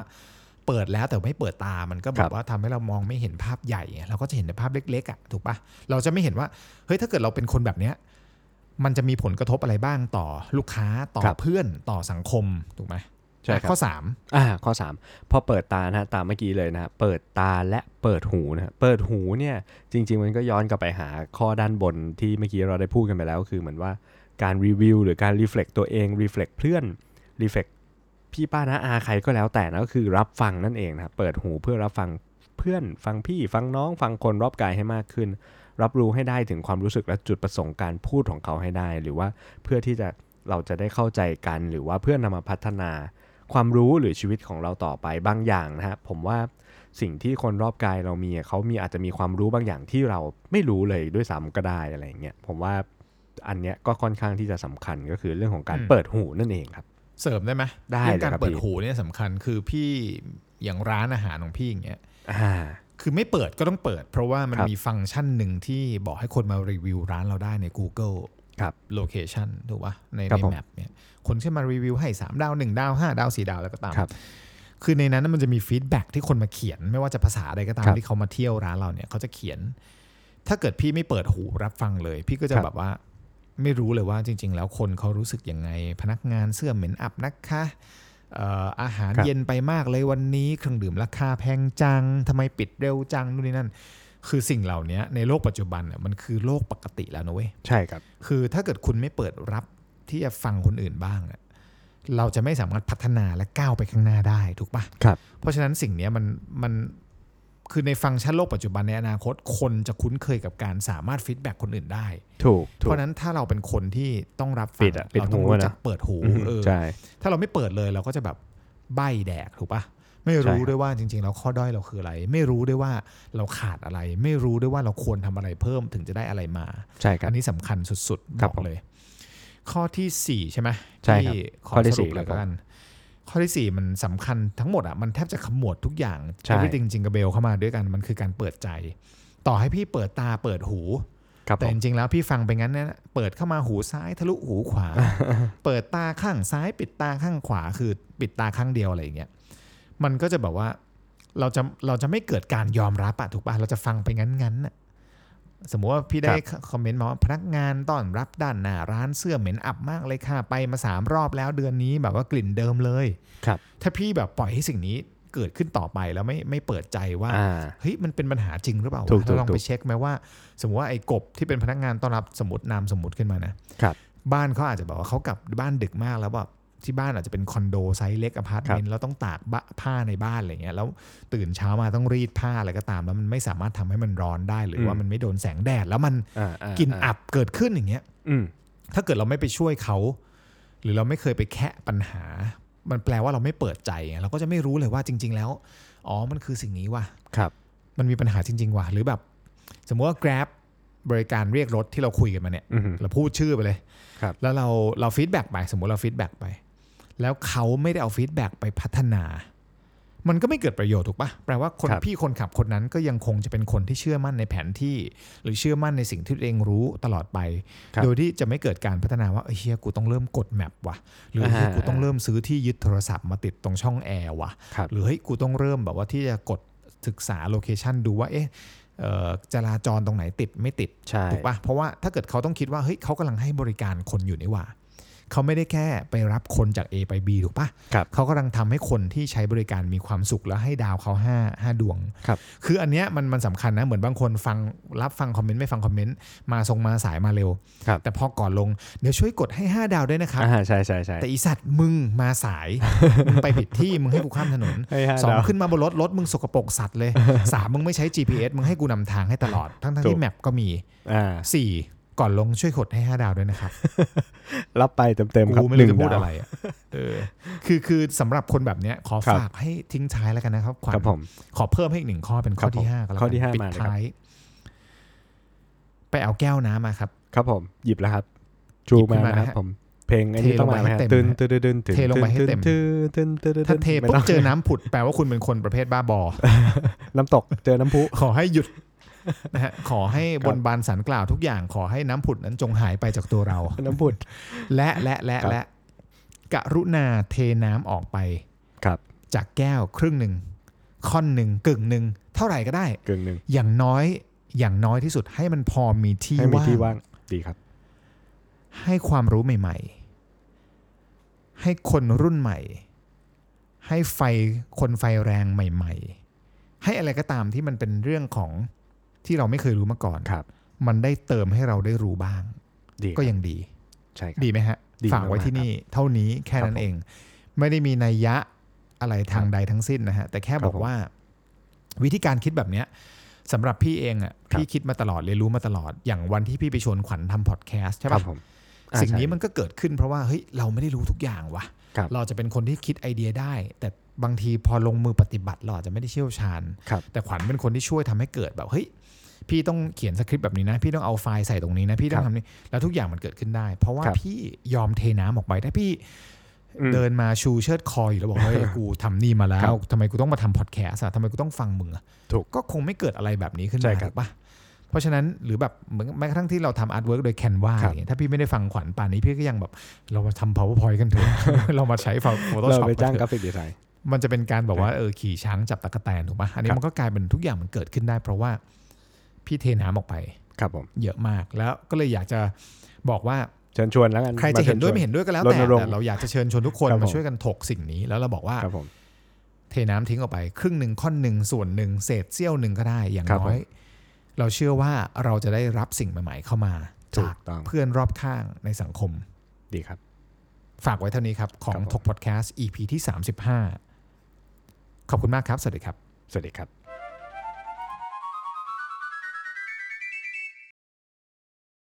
Speaker 1: เปิดแล้วแต่ไม่เปิดตา มันก็แบ
Speaker 2: ครับ บ
Speaker 1: ว่าทำให้เรามองไม่เห็นภาพใหญ่ไงเราก็จะเห็นแต่ภาพเล็กๆอ่ะถูกปะเราจะไม่เห็นว่าเฮ้ยถ้าเกิดเราเป็นคนแบบเนี้ยมันจะมีผลกระทบอะไรบ้างต่อลูกค้าต่อ
Speaker 2: ครับ
Speaker 1: เพื่อนต่อสังคมถูกไหม
Speaker 2: ใช่ครับ
Speaker 1: ข้อสาม
Speaker 2: อ่าข้อ 3 พอเปิดตานะฮะตามเมื่อกี้เลยนะฮะเปิดตาและเปิดหูนะฮะเปิดหูเนี่ยจริง ๆ มันก็ย้อนกลับไปหาข้อด้านบนที่เมื่อกี้เราได้พูดกันไปแล้ว คือเหมือนว่าการรีวิวหรือการรีเฟล็กตัวเองรีเฟล็กเพื่อนรีเฟล็กพี่ป้านะอาใครก็แล้วแต่นะก็คือรับฟังนั่นเองนะครับเปิดหูเพื่อรับฟังเพื่อนฟังพี่ฟังน้องฟังคนรอบกายให้มากขึ้น รับรู้ให้ได้ถึงความรู้สึกและจุดประสงค์การพูดของเขาให้ได้ หรือว่าเพื่อที่จะเราจะได้เข้าใจกัน หรือว่าเพื่อนำมาพัฒนา ความรู้หรือชีวิตของเราต่อไปบางอย่างนะฮะผมว่าสิ่งที่คนรอบกายเรามีอะเขามีอาจจะมีความรู้บางอย่างที่เราไม่รู้เลยด้วยซ้ำก็ได้อะไรอย่างเงี้ยผมว่าอันเนี้ยก็ค่อนข้างที่จะสำคัญก็คือเรื่องของการ
Speaker 1: อืม
Speaker 2: เปิดหูนั่นเองครับ
Speaker 1: เสริมได้ไหม
Speaker 2: ได้
Speaker 1: เรื่องการ
Speaker 2: เลยครับ
Speaker 1: เปิด
Speaker 2: พี่
Speaker 1: หูเนี่ยสำคัญคือพี่อย่างร้านอาหารของพี่อย่างเงี้ย
Speaker 2: อ่า
Speaker 1: คือไม่เปิดก็ต้องเปิด เพราะว่ามัน
Speaker 2: ครับ
Speaker 1: มีฟังก์ชันหนึ่งที่บอกให้คนมารีวิวร้านเราได้ใน Google
Speaker 2: ครับ
Speaker 1: โลเคชันถูกปะใน
Speaker 2: ครั
Speaker 1: ใน
Speaker 2: บผม
Speaker 1: แมปเนี่ยคนที่มารีวิวให้ 3 ดาว 1 ดาว 5 ดาว 4 ดาวแล้วก็ตาม
Speaker 2: ครับ
Speaker 1: คือในนั้นมันจะมีฟีดแบ็กที่คนมาเขียน ไม่ว่าจะภาษาใดก็ตาม
Speaker 2: ครับ
Speaker 1: ที่เขามาเที่ยวร้านเราเนี่ยเขาจะเขียน ถ้าเกิดพี่ไม่เปิดหูรับฟังเลย พี่ก็จะ
Speaker 2: ครับ
Speaker 1: แบบว่า ไม่รู้เลยว่าจริง ๆ แล้วคนเขารู้สึกยังไง พนักงานเสื้อเหม็นอับนะคะเอ่ออาหาร
Speaker 2: ครับ
Speaker 1: เย็นไปมากเลยวันนี้เครื่องดื่มราคาแพงจังทำไมปิดเร็วจังนู่นนี่นั่น คือสิ่งเหล่านี้ในโลกปัจจุบันน่ะมันคือโลกปกติแล้วนะเว้ย
Speaker 2: ใช่ครับ
Speaker 1: คือถ้าเกิดคุณไม่เปิดรับที่จะฟังคนอื่นบ้างอะเราจะไม่สามารถพัฒนาและก้าวไปข้างหน้าได้ถูกปะ
Speaker 2: ครับ
Speaker 1: เพราะฉะนั้นสิ่งเนี้ยมันมันคือในฟังก์ชันโลกปัจจุบันในอนาคตคนจะคุ้นเคยกับการสามารถฟีดแบ็กคนอื่นได้
Speaker 2: ถูกถูก
Speaker 1: เพราะฉะนั้นถ้าเราเป็นคนที่ต้องรับ
Speaker 2: ปิ
Speaker 1: ฟั
Speaker 2: ด
Speaker 1: ง
Speaker 2: อะปิด
Speaker 1: เราต้อง
Speaker 2: หูอะ
Speaker 1: รู้
Speaker 2: นะ
Speaker 1: จักเปิดหู
Speaker 2: อืม
Speaker 1: เออ
Speaker 2: ใช่
Speaker 1: ถ้าเราไม่เปิดเลยเราก็จะแบบใบแดกถูกปะไม่
Speaker 2: ใช่
Speaker 1: รู้
Speaker 2: ครับ
Speaker 1: ด้วยว่าจริง ๆ แล้วข้อด้อยเราคืออะไร ไม่รู้ด้วยว่าเราขาดอะไร ไม่รู้ด้วยว่าเราควรทำอะไรเพิ่มถึงจะได้อะไรมา
Speaker 2: ใช่ครับ
Speaker 1: อันนี้สำคัญสุดๆ
Speaker 2: ครับ
Speaker 1: บอกเลย ข้อที่สี่ใช่ไหม
Speaker 2: ใช่ครับ
Speaker 1: ที่ขอ
Speaker 2: ข้อที่
Speaker 1: ส
Speaker 2: สี่
Speaker 1: รุปแล้วกัน ข้อที่สี่มันสำคัญทั้งหมดอ่ะมันแทบจะขมวดทุกอย่าง
Speaker 2: ใช่
Speaker 1: จริงจริงกระเบลเข้ามาด้วยกันมันคือการเปิดใจ ต่อให้พี่เปิดตาเปิดหู
Speaker 2: ครับ
Speaker 1: แต่
Speaker 2: ผ
Speaker 1: จ
Speaker 2: ม
Speaker 1: ริงๆ แล้วพี่ฟังไปงั้นเนี่ยนะเปิดเข้ามาหูซ้ายทะลุหูข วา เปิดตาข้างซ้าย ปิดตาข้างขวา คือปิดตาข้างเดียวอะไรอย่างเงี้ยมันก็จะแบบว่าเราจะเราจะไม่เกิดการยอมรับอะถูกป่ะเราจะฟังไปงั้นๆน่ะสมมุติว่าพี่ได้คอมเมนต์มาว่าพนักงานต้อนรับด้านหน้าร้านเสื้อเหม็นอับมากเลยค่ะไปมาสามรอบแล้วเดือนนี้แบบว่ากลิ่นเดิมเลย
Speaker 2: ครับ
Speaker 1: ถ้าพี่แบบปล่อยให้สิ่งนี้เกิดขึ้นต่อไปแล้วไม่ไม่เปิดใจว่า
Speaker 2: อ่า
Speaker 1: เฮ้ยมันเป็นปัญหาจริงหรือเปล่าวะ
Speaker 2: ถูกๆ
Speaker 1: เราลองไป
Speaker 2: ถูก
Speaker 1: เช็คไหมว่า สมมติว่าไอ้กบที่เป็นพนักงานต้อนรับสมมตินามสมมติขึ้นมานะครับ บ้านเขาอาจจะบอกว่าเขากลับบ้านดึกมากแล้วแบบที่บ้านอาจจะเป็นคอนโดไซส์เล็กอพาร์ตเมนต์แล้วต้องตากบะผ้าในบ้านอะไรเงี้ยแล้วตื่นเช้ามาต้องรีดผ้าอะไรก็ตาม แล้วมันไม่สามารถทำให้มันร้อนได้ หรืออ
Speaker 2: ม
Speaker 1: ว่ามันไม่โดนแสงแดดแล้วมัน
Speaker 2: อ่าา
Speaker 1: กินอับเกิดขึ้นอย่างเงี้ย
Speaker 2: อืม
Speaker 1: ถ้าเกิดเราไม่ไปช่วยเขา หรือเราไม่เคยไปแคะปัญหา มันแปลว่าเราไม่เปิดใจไงเราก็จะไม่รู้เลยว่าจริง ๆ แล้ว อ๋อมันคือสิ่งนี้ว่ะ
Speaker 2: ครับ
Speaker 1: มันมีปัญหาจริง ๆ ว่ะ หรือแบบ สมมติว่า Grab บริการเรียกรถที่เราคุยกันมาเนี่ย
Speaker 2: อืม
Speaker 1: เราพูดชื่อไปเลย
Speaker 2: ครับ
Speaker 1: แล้วเราเราฟีดแบ็กไป สมมติเราฟีดแบ็กไป แล้วเขาไม่ได้เอาฟีดแบ็กไปพัฒนา มันก็ไม่เกิดประโยชน์ถูกปะแปลว่าคน
Speaker 2: ครับ
Speaker 1: พี่คนขับคนนั้นก็ยังคงจะเป็นคนที่เชื่อมั่นในแผนที่ หรือเชื่อมั่นในสิ่งที่ตัวเองรู้ตลอดไป
Speaker 2: ครับ
Speaker 1: โดยที่จะไม่เกิดการพัฒนาว่าเอ้ยเฮียกูต้องเริ่มกดแมปว่ะ หรือเฮียกูต้องเริ่มซื้อที่ยึดโทรศัพท์มาติดตรงช่องแอร์ว่ะ
Speaker 2: ครับ
Speaker 1: หรือเฮ้ยกูต้องเริ่มแบบว่าที่จะกดศึกษาโลเคชันดูว่าเอ๊ะเอ่อจราจรตรงไหนติดไม่ติด
Speaker 2: ใช่
Speaker 1: ถูกปะเพราะว่าถ้าเกิดเขาต้องคิดว่าเฮ้ยเขากำลังให้บริการคนอยู่นี่หว่าเขาไม่ได้แค่ไปรับคนจาก A ไป B ถูกปะ
Speaker 2: ครับ
Speaker 1: เขากำลังทำให้คนที่ใช้บริการมีความสุขแล้วให้ดาวเขาห้าห้าดวง
Speaker 2: ครับ
Speaker 1: ออันเนี้ยมันมันสำคัญนะเหมือนบางคนฟังรับฟังคอมเมนต์ไม่ฟังคอมเมนต์มาทรงมาสายมาเร็ว
Speaker 2: ครับ
Speaker 1: แต่พอก่อนลงเดี๋ยวช่วยกดให้ห้าดาวด้วยนะครับ
Speaker 2: อ่าใช่ใช่ใช่
Speaker 1: แต่อีสัตว์มึงมา สาย มึงไปผิดที่มึงให้กูข้ามถนน
Speaker 2: ให้ห้า
Speaker 1: สอง
Speaker 2: ดาว
Speaker 1: ขึ้นมาบนรถรถมึงสกปรกสัต ว์เลย สามมึงไม่ใช้ GPS มึงให้กูนำทางให้ตลอด ทั้งๆ
Speaker 2: ถู
Speaker 1: ที่
Speaker 2: ก
Speaker 1: แมปก็มี
Speaker 2: อ่า
Speaker 1: สี่ก่อนลงช่วยกดให้ห้าดาวด้วยนะครับ
Speaker 2: รับไปเต็มๆครับ
Speaker 1: กูไม่รู้
Speaker 2: หนึ่
Speaker 1: จะ
Speaker 2: ง
Speaker 1: พูด
Speaker 2: ดาว
Speaker 1: อะไรอะเออคือคือสำหรับคนแบบเนี้ยขอ
Speaker 2: ครับ
Speaker 1: ฝากให้ทิ้งท้ายแล้วกันนะครับขวัญ
Speaker 2: ครับผม
Speaker 1: ขอเพิ่มให้อีกหนึ่งข้อเป็น
Speaker 2: ค
Speaker 1: ข้อ
Speaker 2: รับผม
Speaker 1: ที่ห้าก็แล้ว
Speaker 2: ข้
Speaker 1: กั
Speaker 2: อที่ห้า
Speaker 1: ปิ
Speaker 2: มา
Speaker 1: ด
Speaker 2: เลยครับ
Speaker 1: ท้าย ไปเอาแก้วน้ำมาครับ
Speaker 2: ครับผมหยิบแล้วครับจู
Speaker 1: หยิบขึ้
Speaker 2: มาน
Speaker 1: มา
Speaker 2: นะครับ
Speaker 1: นะฮะ
Speaker 2: ผมเพลงอันนี้
Speaker 1: เทล
Speaker 2: ต้อง ง
Speaker 1: ไป
Speaker 2: มาไหม
Speaker 1: ให้
Speaker 2: ฮะ
Speaker 1: เต็ม
Speaker 2: ตื่น
Speaker 1: ฮะ
Speaker 2: ตื่นตื่นตื่น
Speaker 1: เทลงไปให้เต็ม
Speaker 2: ตื่นตื่นตื่นตื่น
Speaker 1: ถ้าเท
Speaker 2: ไม่
Speaker 1: ปุ๊บ
Speaker 2: ต้อง
Speaker 1: เจอน้ำผุดแปลว่าคุณเป็นคนประเภทบ้า บอ
Speaker 2: น้ำตกเจอน้ำพุ
Speaker 1: ขอให้หยุด นะฮะขอให้
Speaker 2: ครับ บ
Speaker 1: นบานสันกล่าวทุกอย่าง ขอให้น้ำผุดนั้นจงหายไปจากตัวเรา
Speaker 2: น้ำพุด
Speaker 1: และและและ
Speaker 2: ครับ
Speaker 1: และกรุณาเทน้ำออกไป
Speaker 2: ครับ
Speaker 1: จากแก้วครึ่งหนึ่งค่อนหนึ่งกึ่งหนึ่งเท่าไหร่ก็ได้
Speaker 2: กึ่งหนึ่ง
Speaker 1: อย่างน้อยอย่างน้อยที่สุดให้มันพอมีที่
Speaker 2: ให้มีที่
Speaker 1: ว่า
Speaker 2: ว่าง งดีครับ
Speaker 1: ให้ความรู้ใหม่ ๆ ให้คนรุ่นใหม่ ให้ไฟคนไฟแรงใหม่ ๆ ให้อะไรก็ตามที่มันเป็นเรื่องของที่เราไม่เคยรู้มาก่อน
Speaker 2: ครับ
Speaker 1: มันได้เติมให้เราได้รู้บ้าง
Speaker 2: ดี
Speaker 1: ก็ยังดี
Speaker 2: ใช่ครับ
Speaker 1: ดีไหมฮะ
Speaker 2: ดี
Speaker 1: ฝากไว้
Speaker 2: มากๆ
Speaker 1: ที่นี่เท่านี้แค่
Speaker 2: ครับ
Speaker 1: นั้น
Speaker 2: ผม
Speaker 1: เอง ไม่ได้มีนัยยะอะไรทา
Speaker 2: ค
Speaker 1: ง
Speaker 2: รับ
Speaker 1: ใดทั้งสิ้นนะฮะ แต่แค่
Speaker 2: ครับ
Speaker 1: บอกว่า วิธีการคิดแบบเนี้ยสำหรับพี่เองอ่ะ
Speaker 2: ครับ
Speaker 1: พี่คิดมาตลอดเรียนรู้มาตลอดอย่างวันที่พี่ไปชวนขวัญทำพอดแคสต์ใช่
Speaker 2: ครั
Speaker 1: ปะ
Speaker 2: บผม อ่า
Speaker 1: สิ่งนี้
Speaker 2: ใช่
Speaker 1: มันก็เกิดขึ้นเพราะว่าเฮ้ยเราไม่ได้รู้ทุกอย่างวะ
Speaker 2: ครับ
Speaker 1: เราจะเป็นคนที่คิดไอเดียได้ แต่บางทีพอลงมือปฏิบัติเราอาจจะไม่ได้เชี่ยวชาญ
Speaker 2: ครับ
Speaker 1: แต่ขวัญเป็นคนที่ช่วยทำให้เกิดแบบเฮ้ยพี่ต้องเขียนสคริปต์แบบนี้นะ พี่ต้องเอาไฟล์ใส่ตรงนี้นะ พี่ต้อ
Speaker 2: ค
Speaker 1: ง
Speaker 2: รับ
Speaker 1: ทำนี่แล้วทุกอย่างมันเกิดขึ้นได้ เพราะว่า
Speaker 2: ครับ
Speaker 1: พี่ยอมเทน้ำออกไปถ้าพี่
Speaker 2: อืม
Speaker 1: เดินมาชูเชิดคออยู่แล้วบอก เฮ้ย กูทำนี่มาแล้
Speaker 2: ครั
Speaker 1: ว
Speaker 2: บ
Speaker 1: ทำไมกูต้องมาทำพอดแคสต์อะทำไมกูต้องฟังมึงอะ
Speaker 2: ถูก
Speaker 1: ก็คงไม่เกิดอะไรแบบนี้ขึ้น
Speaker 2: ใช่
Speaker 1: มา
Speaker 2: ครับ
Speaker 1: ถูกปะเพราะฉะนั้นหรือแบบเหมือนแม้กระทั่งที่เราทำอาร์ตเวิร์กโดยแคนวา
Speaker 2: ครับ
Speaker 1: อย่างเงี้ยถ้าพี่ไม่ได้ฟังขวัญป่านนี้พี่ก็ยังแบบเรามาทำ powerpoint กันเถอะ เรามาใช้ Photoshop
Speaker 2: เราไปจ้าง
Speaker 1: กัน
Speaker 2: ก
Speaker 1: เถอะ
Speaker 2: ราฟิกดีไซน์
Speaker 1: มันจะเป็นการแบบว่าเออขี่ช้างจับตะกแตนถูกปะอันนี้
Speaker 2: ครับ
Speaker 1: มันก็กลายเป็นทุกอย่างมันเกิดขึ้นได้ เพราะว่าพี่เทน้ำออกไป
Speaker 2: ครับผม
Speaker 1: เยอะมาก แล้วก็เลยอยากจะบอกว่า
Speaker 2: เชิญชวนแล้วกัน
Speaker 1: ใครจะเห็นด้ว
Speaker 2: า
Speaker 1: ย
Speaker 2: ชิญช
Speaker 1: ไม่เห็นด้วยก็แล้ว
Speaker 2: ร
Speaker 1: แต่
Speaker 2: ณรงค์
Speaker 1: แต่เราอยากจะเชิญชวนทุกคน
Speaker 2: ครับผม
Speaker 1: มาช่วยกันถกสิ่งนี้ แล้วเราบอกว่า
Speaker 2: ครับผม
Speaker 1: เทน้ำทิ้งออกไป ครึ่งหนึ่งค่อนหนึ่งส่วนหนึ่งเศษเสี้ยวหนึ่งก็ได้อย่าง
Speaker 2: ครับ
Speaker 1: น้อย เราเชื่อว่าเราจะได้รับสิ่งใหม่ ๆ เข้ามา
Speaker 2: ถูก
Speaker 1: จาก
Speaker 2: ต้อง
Speaker 1: เพื่อนรอบข้างในสังคม
Speaker 2: ดีครับ
Speaker 1: ฝากไว้เท่านี้ครับขอ
Speaker 2: ครั
Speaker 1: ง
Speaker 2: บผม
Speaker 1: ถกพอดแคสต์ EP ที่35ขอบคุณมากครับสวัสดีครับ
Speaker 2: สวัสดีครับ